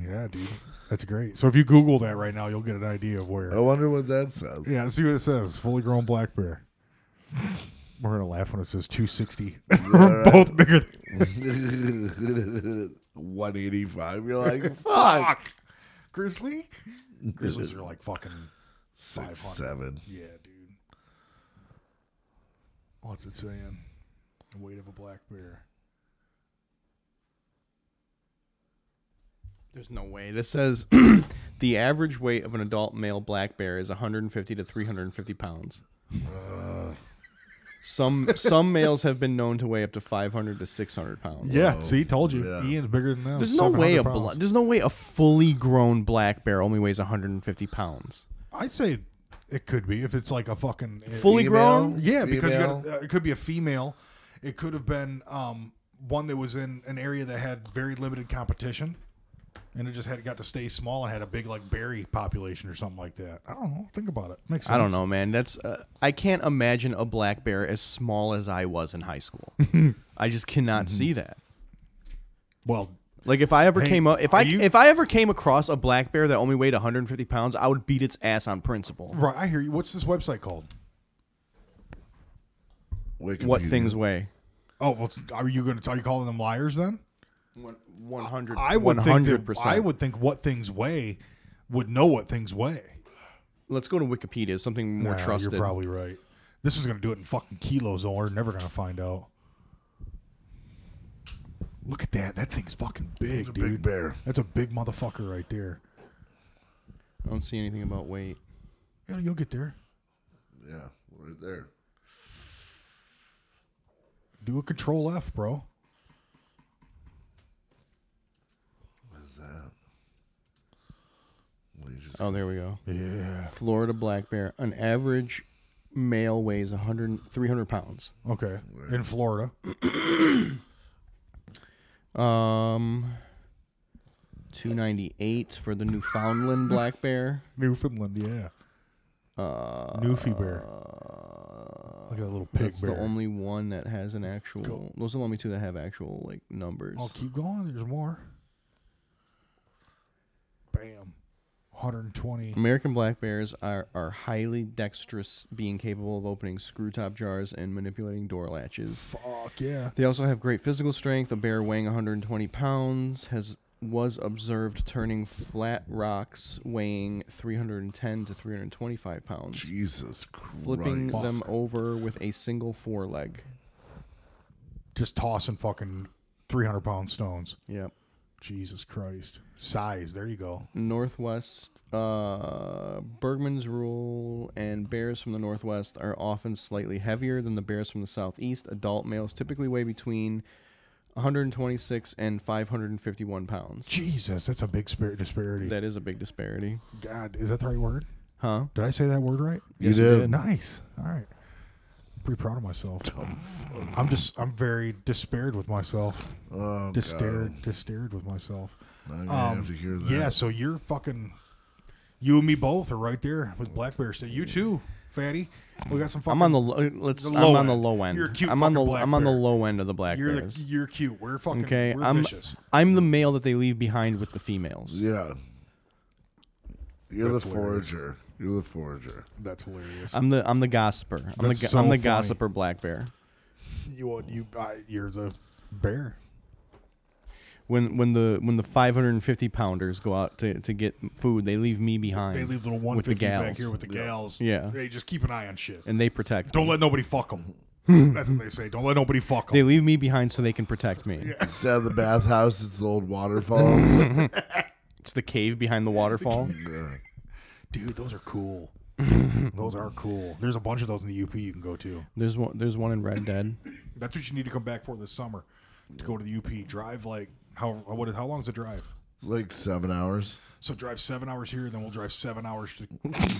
Yeah, dude. That's great. So if you Google that right now, you'll get an idea of where. I wonder what that says. Yeah, see what it says. Fully grown black bear. We're gonna laugh when it says 260. We're both bigger. Than- 185. You're like, fuck. Grizzly. Grizzlies are like fucking. Six, seven. Yeah, dude. What's it saying? The weight of a black bear. There's no way. This says the average weight of an adult male black bear is 150 to 350 pounds. Some some males have been known to weigh up to 500 to 600 pounds. Yeah, see, told you. Yeah. Ian's bigger than them. There's no way a 700 bl- pounds. there's no way a fully grown black bear only weighs 150 pounds. I say it could be if it's like a fucking e-, Fully grown? Yeah, because you Female? gotta, uh, it could be a female. It could have been um, one that was in an area that had very limited competition, and it just had got to stay small and had a big like berry population or something like that. I don't know. Think about it. Makes sense. I don't know, man. That's uh, I can't imagine a black bear as small as I was in high school. I just cannot Mm-hmm. see that. Well, Like if I ever Hey, came up, if are I you- if I ever came across a black bear that only weighed 150 pounds, I would beat its ass on principle. right. I hear you. What's this website called? Wikipedia. What things weigh? Oh, well, are you going to are you calling them liars then? 100. I would think that, I would think what things weigh would know what things weigh. Let's go to Wikipedia. Something more Nah, trusted. You're probably right. This is gonna do it in fucking kilos, or we're never gonna find out. Look at that. That thing's fucking big, It's a dude. big bear. That's a big motherfucker right there. I don't see anything about weight. Yeah, you'll get there. Yeah, right there. Do a control F, bro. What is that? Well, you just- Oh, there we go. Yeah. Florida black bear. An average male weighs 100 300 pounds. Okay. In Florida. Um, 298 for the Newfoundland black bear. Newfoundland, yeah. Uh Newfie bear. Look at that little pig That's bear. the only one that has an actual. Those are the only two that have actual like numbers. I'll keep going. There's more. Bam. 120. Mm. American black bears are, are highly dexterous, being capable of opening screw top jars and manipulating door latches. Fuck yeah. They also have great physical strength. A bear weighing 120 pounds has was observed turning flat rocks weighing 310 to 325 pounds, Jesus Christ. flipping them over with a single foreleg. just tossing fucking 300 pound stones. Yep. Jesus Christ. Size. There you go. Northwest uh, Bergman's rule and bears from the northwest are often slightly heavier than the bears from the southeast. Adult males typically weigh between 126 and 551 pounds. Jesus, that's a big spirit disparity. That is a big disparity, God, is that the right word? huh? Did I say that word right? You Yes, we did. did. Nice. All right. I'm pretty proud of myself. I'm just, I'm very despaired with myself. Oh, Despaired, despaired with myself. God. I'm gonna Um, have to hear that. yeah, so you're fucking, you and me both are right there with Black Bear State. You too, fatty. We got some fucking. I'm on the low. Let's. The I'm low on the end. low end. You're a cute I'm on the. fucking black I'm on the bear. low end of the black You're bears. the, you're cute. We're fucking. okay, We're I'm. vicious. I'm the male that they leave behind with the females. Yeah. You're That's the hilarious. forager. You're the forager. That's hilarious. I'm the. I'm the gossiper. I'm That's the. go- so I'm the funny. gossiper black bear. You you I, you're the bear. when when the when the 550 pounders go out to, to get food, they leave me behind. They leave little with the 150 gals, back here with the gals. Yeah. They just keep an eye on shit. and they protect. Don't me. let nobody fuck them. That's what they say. Don't let nobody fuck They them. leave me behind so they can protect me. Instead of the bathhouse, it's the old waterfalls. yeah. It's the cave behind the waterfall. Dude, those are cool. those are cool. There's a bunch of those in the UP you can go to. there's one. There's one in Red Dead. That's what you need to come back for this summer. To go to the UP, drive like how what is how long's the drive? It's like seven hours. So drive seven hours here, then we'll drive seven hours to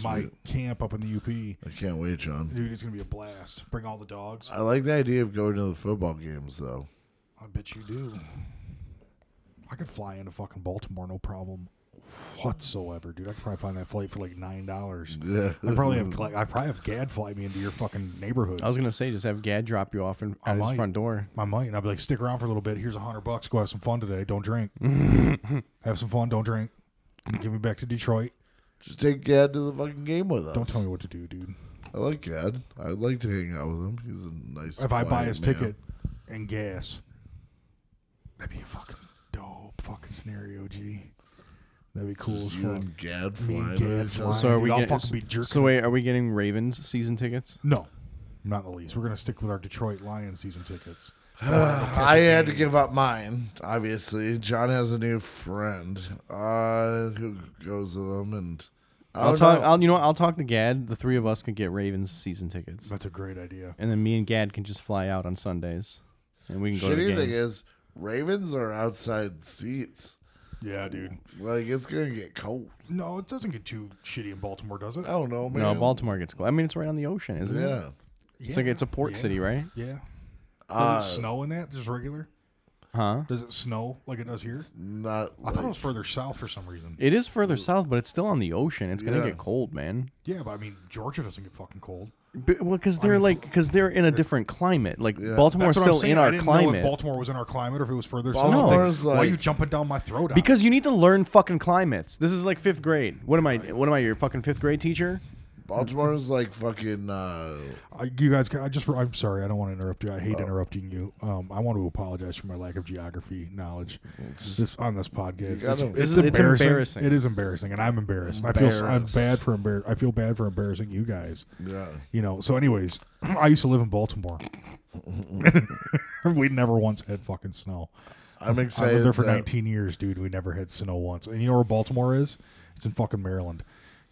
my camp up in the UP. I can't wait, John. Dude, it's gonna be a blast. Bring all the dogs. I like the idea of going to the football games, though. I bet you do. I could fly into fucking Baltimore, no problem. whatsoever, dude. I could probably find that flight for like nine dollars. Yeah. I probably have like, I probably have Gad fly me into your fucking neighborhood. I was gonna say just have Gad drop you off in, I at his might. front door. I might, and I'd be like, stick around for a little bit. Here's a hundred bucks. Go have some fun today. Don't drink. have some fun. Don't drink. Give me back to Detroit. Just take Gad to the fucking game with us. Don't tell me what to do, dude. I like Gad. I'd like to hang out with him. He's a nice. if I buy quiet his man. ticket and gas, that'd be a fucking dope fucking scenario, G. That'd be cool as Just you fuck. and Gad Me and flying. Gad with each flying. other. So are dude, we I'll getting, fucking be jerking. So wait, are we getting Ravens season tickets? No, not in the least. We're gonna stick with our Detroit Lions season tickets. I had to give up mine, obviously. John has a new friend uh, who goes with him, and I I'll don't talk. know. I'll, you know, what? I'll talk to Gad. The three of us could get Ravens season tickets, That's a great idea. and then me and Gad can just fly out on Sundays, and we can go to Shitty the thing games. is, Ravens are outside seats. Yeah, dude. Like it's gonna get cold. No, it doesn't get too shitty in Baltimore, does it? I don't know, man. No, Baltimore gets cold. I mean, it's right on the ocean, isn't it? Yeah, It's like it's a port Yeah. city, right? Yeah. Does Uh, it snow in that? Just regular? Huh? Does it snow like it does here? not. I thought like- it was further south for some reason. It is further south, but it's still on the ocean. It's gonna Yeah. get cold, man. yeah, but I mean, Georgia doesn't get fucking cold. But, well, because they're mean, like because they're in a different climate. Like Baltimore's That's what I'm still saying. in I our didn't Know if climate. Baltimore was in our climate or if it was further Baltimore's south. Like, Why are like- you jumping down my throat? Because you need to learn fucking climates. This is like fifth grade. What am I? What am I? Your fucking fifth grade Uh, teacher? Baltimore is like fucking. Uh, I, you guys, can, I just I'm sorry. I don't want to interrupt you. I hate interrupting you. Um, I want to apologize for my lack of geography knowledge this, on this podcast. It's, gotta- It's- it's, it's embarrassing. embarrassing. It is embarrassing, and I'm embarrassed. I feel I'm Embarrassed. bad for embar- I feel bad for embarrassing you guys. yeah. You know. So, anyways, I used to live in Baltimore. we never once had fucking snow. I'm I excited. lived there for that- 19 years, dude. We never had snow once. And you know where Baltimore is? It's in fucking Maryland.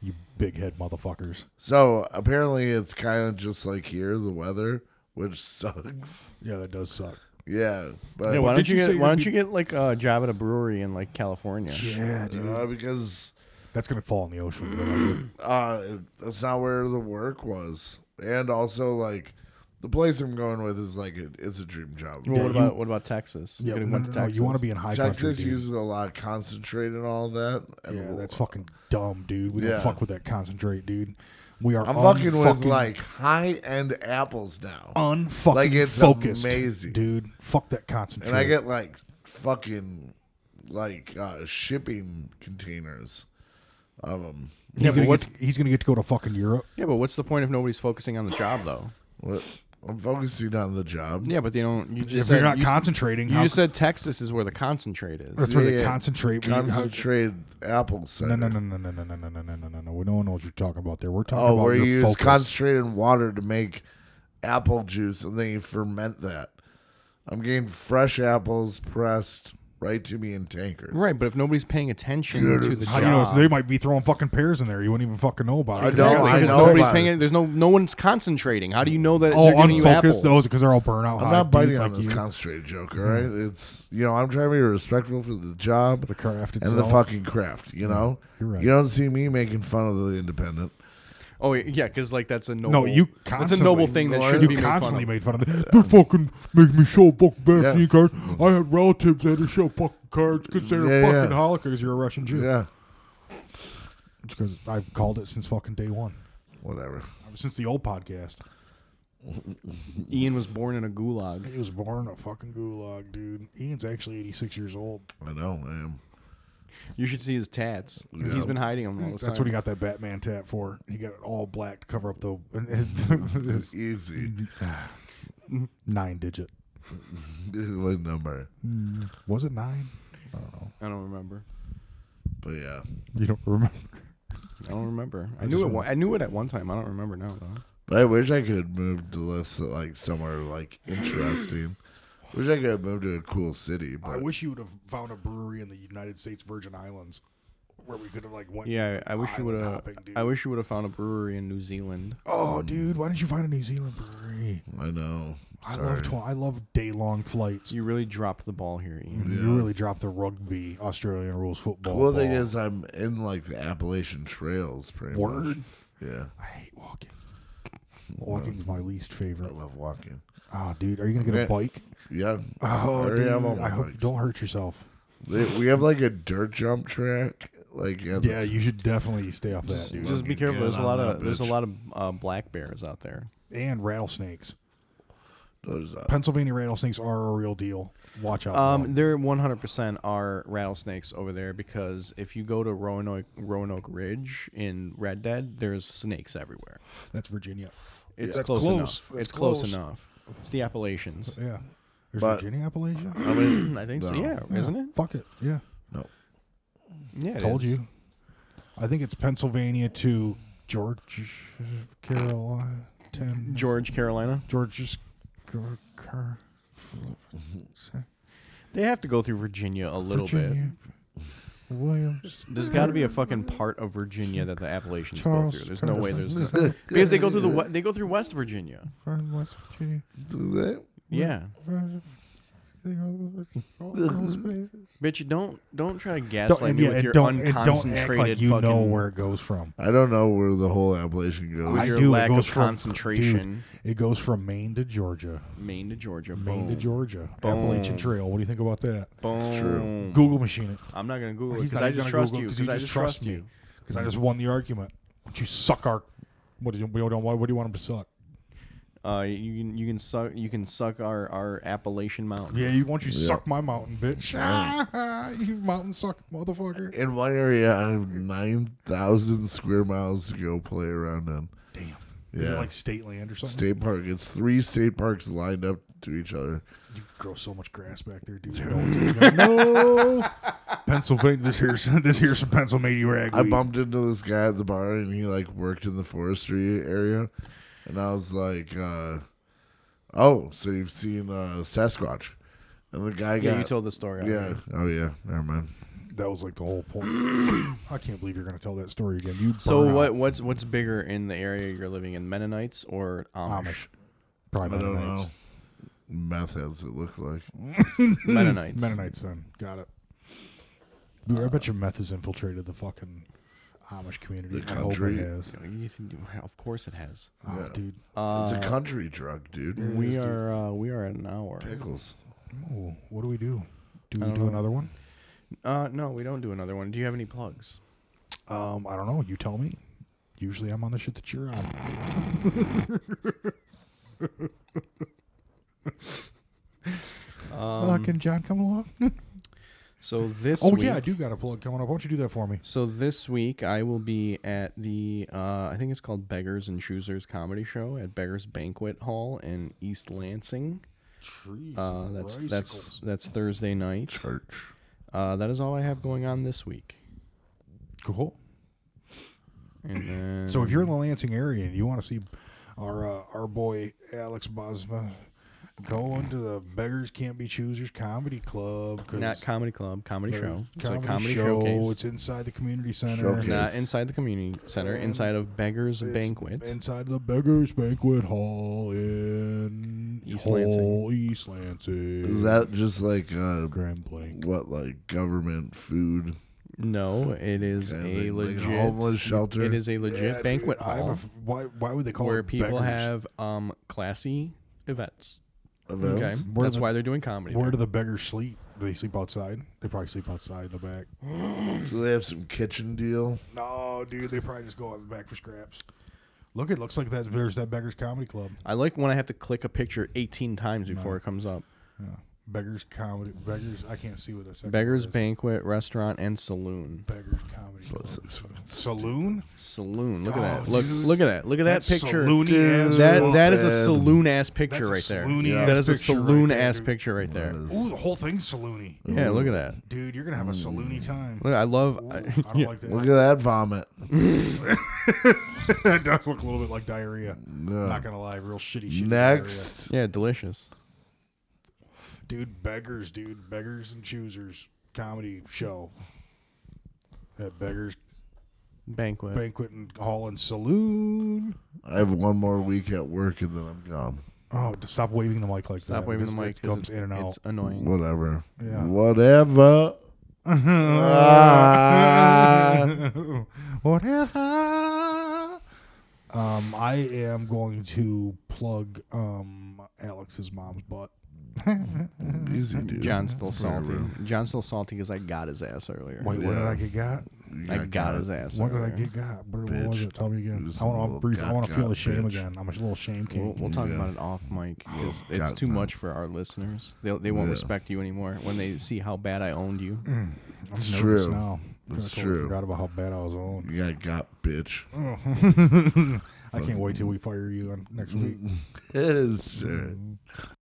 You big head motherfuckers. So apparently, it's kind of just like here, the weather, which sucks. Yeah, that does suck. Yeah, but Yeah, why did don't you, you say get? Why you'd don't be- you get like a job at a brewery in like California? Yeah, uh, because That's gonna fall in the ocean. but I would- uh that's not where the work was and also like the place i'm going with is like a, it's a dream job Well, what about what about Texas? yeah, could have no, went no, to no, you want to be in high texas country, dude. uses a lot of concentrate and all that and yeah, that's fucking dumb, dude. We Yeah. don't fuck with that concentrate, dude. We are i'm fucking with unfucking- like high-end apples now unfucking like, it's focused, amazing. dude. Fuck that concentrate. and i get like fucking like uh shipping containers of them he's Yeah, but gonna what's- get to, he's gonna get to go to fucking Europe. Yeah, but what's the point if nobody's focusing on the job though? what i'm focusing on the job Yeah, but they don't. You just If said, you're not you, concentrating, you how just said Texas is where the concentrate is. that's where Yeah, they yeah. concentrate. We- how- concentrate apple cider No, no, no, no, no, no, no, no, no, no, no, no, no. We don't know what you're talking about there. We're talking Oh, about where your you use focus. concentrated water to make apple juice and then you ferment that. I'm getting fresh apples pressed right to me in tankers. Right, but if nobody's paying attention to the How job, do you know? They might be throwing fucking pears in there. You wouldn't even fucking know about it. I don't- Exactly, I because know nobody's about paying. it. it- There's no no one's concentrating. How do you know that Oh, they're giving you unfocused. apples? Those because they're all burnt out. I'm high, not dude. biting It's on like this you. Mm-hmm. concentrated joke, all right? It's, you know, I'm trying to be respectful for the job The craft and the itself. fucking craft, you know? you're right. You don't see me making fun of the independent. Oh yeah, because like that's a noble. No, you That's a noble constantly- thing that You should You be made fun constantly of. made fun of them. They're fucking making me show fucking vaccine Yeah. cards. I had relatives that had to show fucking cards because they're Yeah, fucking yeah. Holocaust. Because you're a Russian Jew. Yeah, Because I've called it since fucking day one, whatever. Ever since the old podcast. Ian was born in a gulag. He was born a fucking gulag, dude. Ian's actually 86 years old. I know I am. You should see his tats. He's been hiding them all this That's time. what he got that Batman tat for. He got it all black to cover up the and his, his Easy. nine digit. what number? Was it nine? I don't know. I don't remember. But yeah. You don't remember? I don't remember. I, I knew just it. wa- I knew it at one time. I don't remember now though. I wish I could move to less like somewhere like interesting. wish I could have moved to a cool city, but I wish you would have found a brewery in the United States Virgin Islands where we could have like went. Yeah, I wish you island would have. hopping, dude. I wish you would have found a brewery in New Zealand. Oh, dude, why didn't you find a New Zealand brewery? I know. Sorry. I love tw- I love day long flights. You, You really dropped the ball here, Ian. really dropped the rugby Australian rules football. cool thing ball. is I'm in like the Appalachian Trails pretty Word. much. Yeah. I hate walking. Walking's my least I favorite. love walking. Oh, dude, are you gonna get a Yeah. bike? Yeah. Oh, already dude, have all my I hope bikes. don't hurt yourself. They- we have like a dirt jump track Like at the Yeah, you should definitely stay off that. Just be fucking careful. get There's a on lot that of there's a bitch. lot of uh, black bears out there. And rattlesnakes. Those, uh, Pennsylvania rattlesnakes are a real deal. Watch out. for Um, them. there 100% are rattlesnakes over there because if you go to Roanoke Roanoke Ridge in Red Dead, there's snakes everywhere. That's Virginia. It's That's close, close. enough. That's it's close, close. enough. It's the Appalachians. Yeah. There's But- Virginia Appalachian? I, would- I think so. No. Yeah, Yeah, isn't it? Fuck it. Yeah. no. Yeah, it Told is. you. I think it's Pennsylvania to George Carolina. George Carolina. George's Car- Car- They have to go through Virginia a little Virginia. Williams. bit. There's got to be a fucking part of Virginia that the Appalachians Charles- go through. There's no way there's because they go through the we- they go through West Virginia. From West Virginia. Do that? Yeah, from- they go to all those places. bitch, don't don't try to Don't, gaslight and me yeah, with and your don't, and don't act unconcentrated like you fucking know where it goes from. I don't know where the whole Appalachian goes. With I your do. lack it goes of from, concentration. Dude, it goes from Maine to Georgia. Maine to Georgia. Maine to boom. Georgia. Appalachian Trail. What do you think about that? Boom. true. Google machine it. I'm not gonna Google it He's because not I even just gonna trust Google you. it Because I just trust me. you. Because I just won the argument. Would you suck our? What do you? we don't- Why would you want him to suck? Uh, you can you can suck you can suck our our Appalachian mountain. Yeah, you want you suck my mountain, bitch. you mountain suck, motherfucker. In one area, I have 9,000 square miles to go play around in. Damn. Is it Yeah. like state land or something? State park. It's three state parks lined up to each other. You grow so much grass back there, dude. No, dude, no. Pennsylvania. This here's this here's some Pennsylvania rag. I bumped into this guy at the bar and he like worked in the forestry area. And I was like, uh, oh, so you've seen uh, Sasquatch. And the guy Yeah, got. you told the story. yeah. Oh, yeah. Never mind. That was like the whole point. I can't believe you're gonna tell that story again. You So burn out. what what's what's bigger in the area you're living in, Mennonites or Amish? Amish? Probably I don't Mennonites. know. Meth heads, it looked like. Mennonites. Mennonites then. Got it. Dude, I bet your meth has infiltrated the fucking Amish community. The I hope country. it has. You think- of course it has. Oh, Yeah. dude. it's a country drug, dude. Uh, We are uh, we are at an hour. Pickles. Oh, what do we do? Do we do another one? Uh, no, we don't do another one. Do you have any plugs? Um, I don't know. You tell me. Usually I'm on the shit that you're on. Uh, can John come along? So this. oh week, yeah, I do got a plug coming up. Why don't you do that for me? So this week I will be at the uh, I think it's called Beggars and Choosers comedy show at Beggars Banquet Hall in East Lansing. Uh, that's that's that's Thursday night. Church. Uh, that is all I have going on this week. cool. And then, So if you're in the Lansing area and you want to see our uh, our boy Alex Bosma go into the Beggars Can't Be Choosers Comedy Club, 'cause not comedy club, comedy there's show. It's comedy a comedy show. showcase. It's inside the community center. Showcase. not inside the community center, inside of Beggars It's Banquet. Inside the Beggars Banquet Hall in East Hall, Lansing. East Lansing. Is that just like uh, Grand Blank? what, like government food? no, it is kind of a thing, like legit homeless shelter. It is a legit banquet I have a hall f- why, why would they call where it people Beggars? have um classy events. Events? Okay, Where that's the- why they're doing comedy. Where there. do the beggars sleep? Do they sleep outside? They probably sleep outside in the back. So they have some kitchen deal. No, dude, they probably just go out the back for scraps. Look, it looks like that. There's that beggars comedy club. I like when I have to click a picture 18 times before it comes up. Beggars comedy. Beggars. I can't see what that second Beggars one is. Banquet Restaurant and Saloon. Beggars comedy club. That's expensive. Saloon. Saloon. Look at that. Oh, Look dude. look at that. Look at that That's picture. saloony as That fuck, that is a man. saloon ass picture That's a right there. saloony That ass is a picture right saloon there, ass dude. picture right there. Ooh, the whole thing's saloony. Yeah, look at that. Dude, you're gonna have a Mm. saloony time. Look, I love Ooh, I I- don't like that. Look at that vomit. that does look a little bit like diarrhea. No. Not gonna lie, real shitty shit. Mm, uh, Next. Yeah, delicious. dude. Beggars, dude. Beggars and choosers comedy show. At beggars Banquet. banquet and hall and saloon. I have one more week at work and then I'm gone. Oh, to stop waving the mic like that. Stop waving the because mic. It 'cause comes it- in and out. It's annoying. Whatever. Yeah. Whatever. Ah. Whatever. Um, I am going to plug um Alex's mom's butt. Easy, dude. John's still salty. Whatever. John's still salty because I got his ass earlier. Wait, what did Yeah. I get got? You I got his ass. What did I earlier. get got? What what was Bitch. it? Tell me It again. was I a want little to brief. I got want to feel got, the shame bitch. again. I'm a little We'll, shame king. we'll talk Yeah. about it off mic because it's God, too no. much for our listeners. They they won't Yeah. respect you anymore when they see how bad I owned you. It's I'm nervous true. Now. I It's totally true. Forgot about how bad I was on. You got got, bitch. Mm. I can't wait till we fire you on next week. Shit.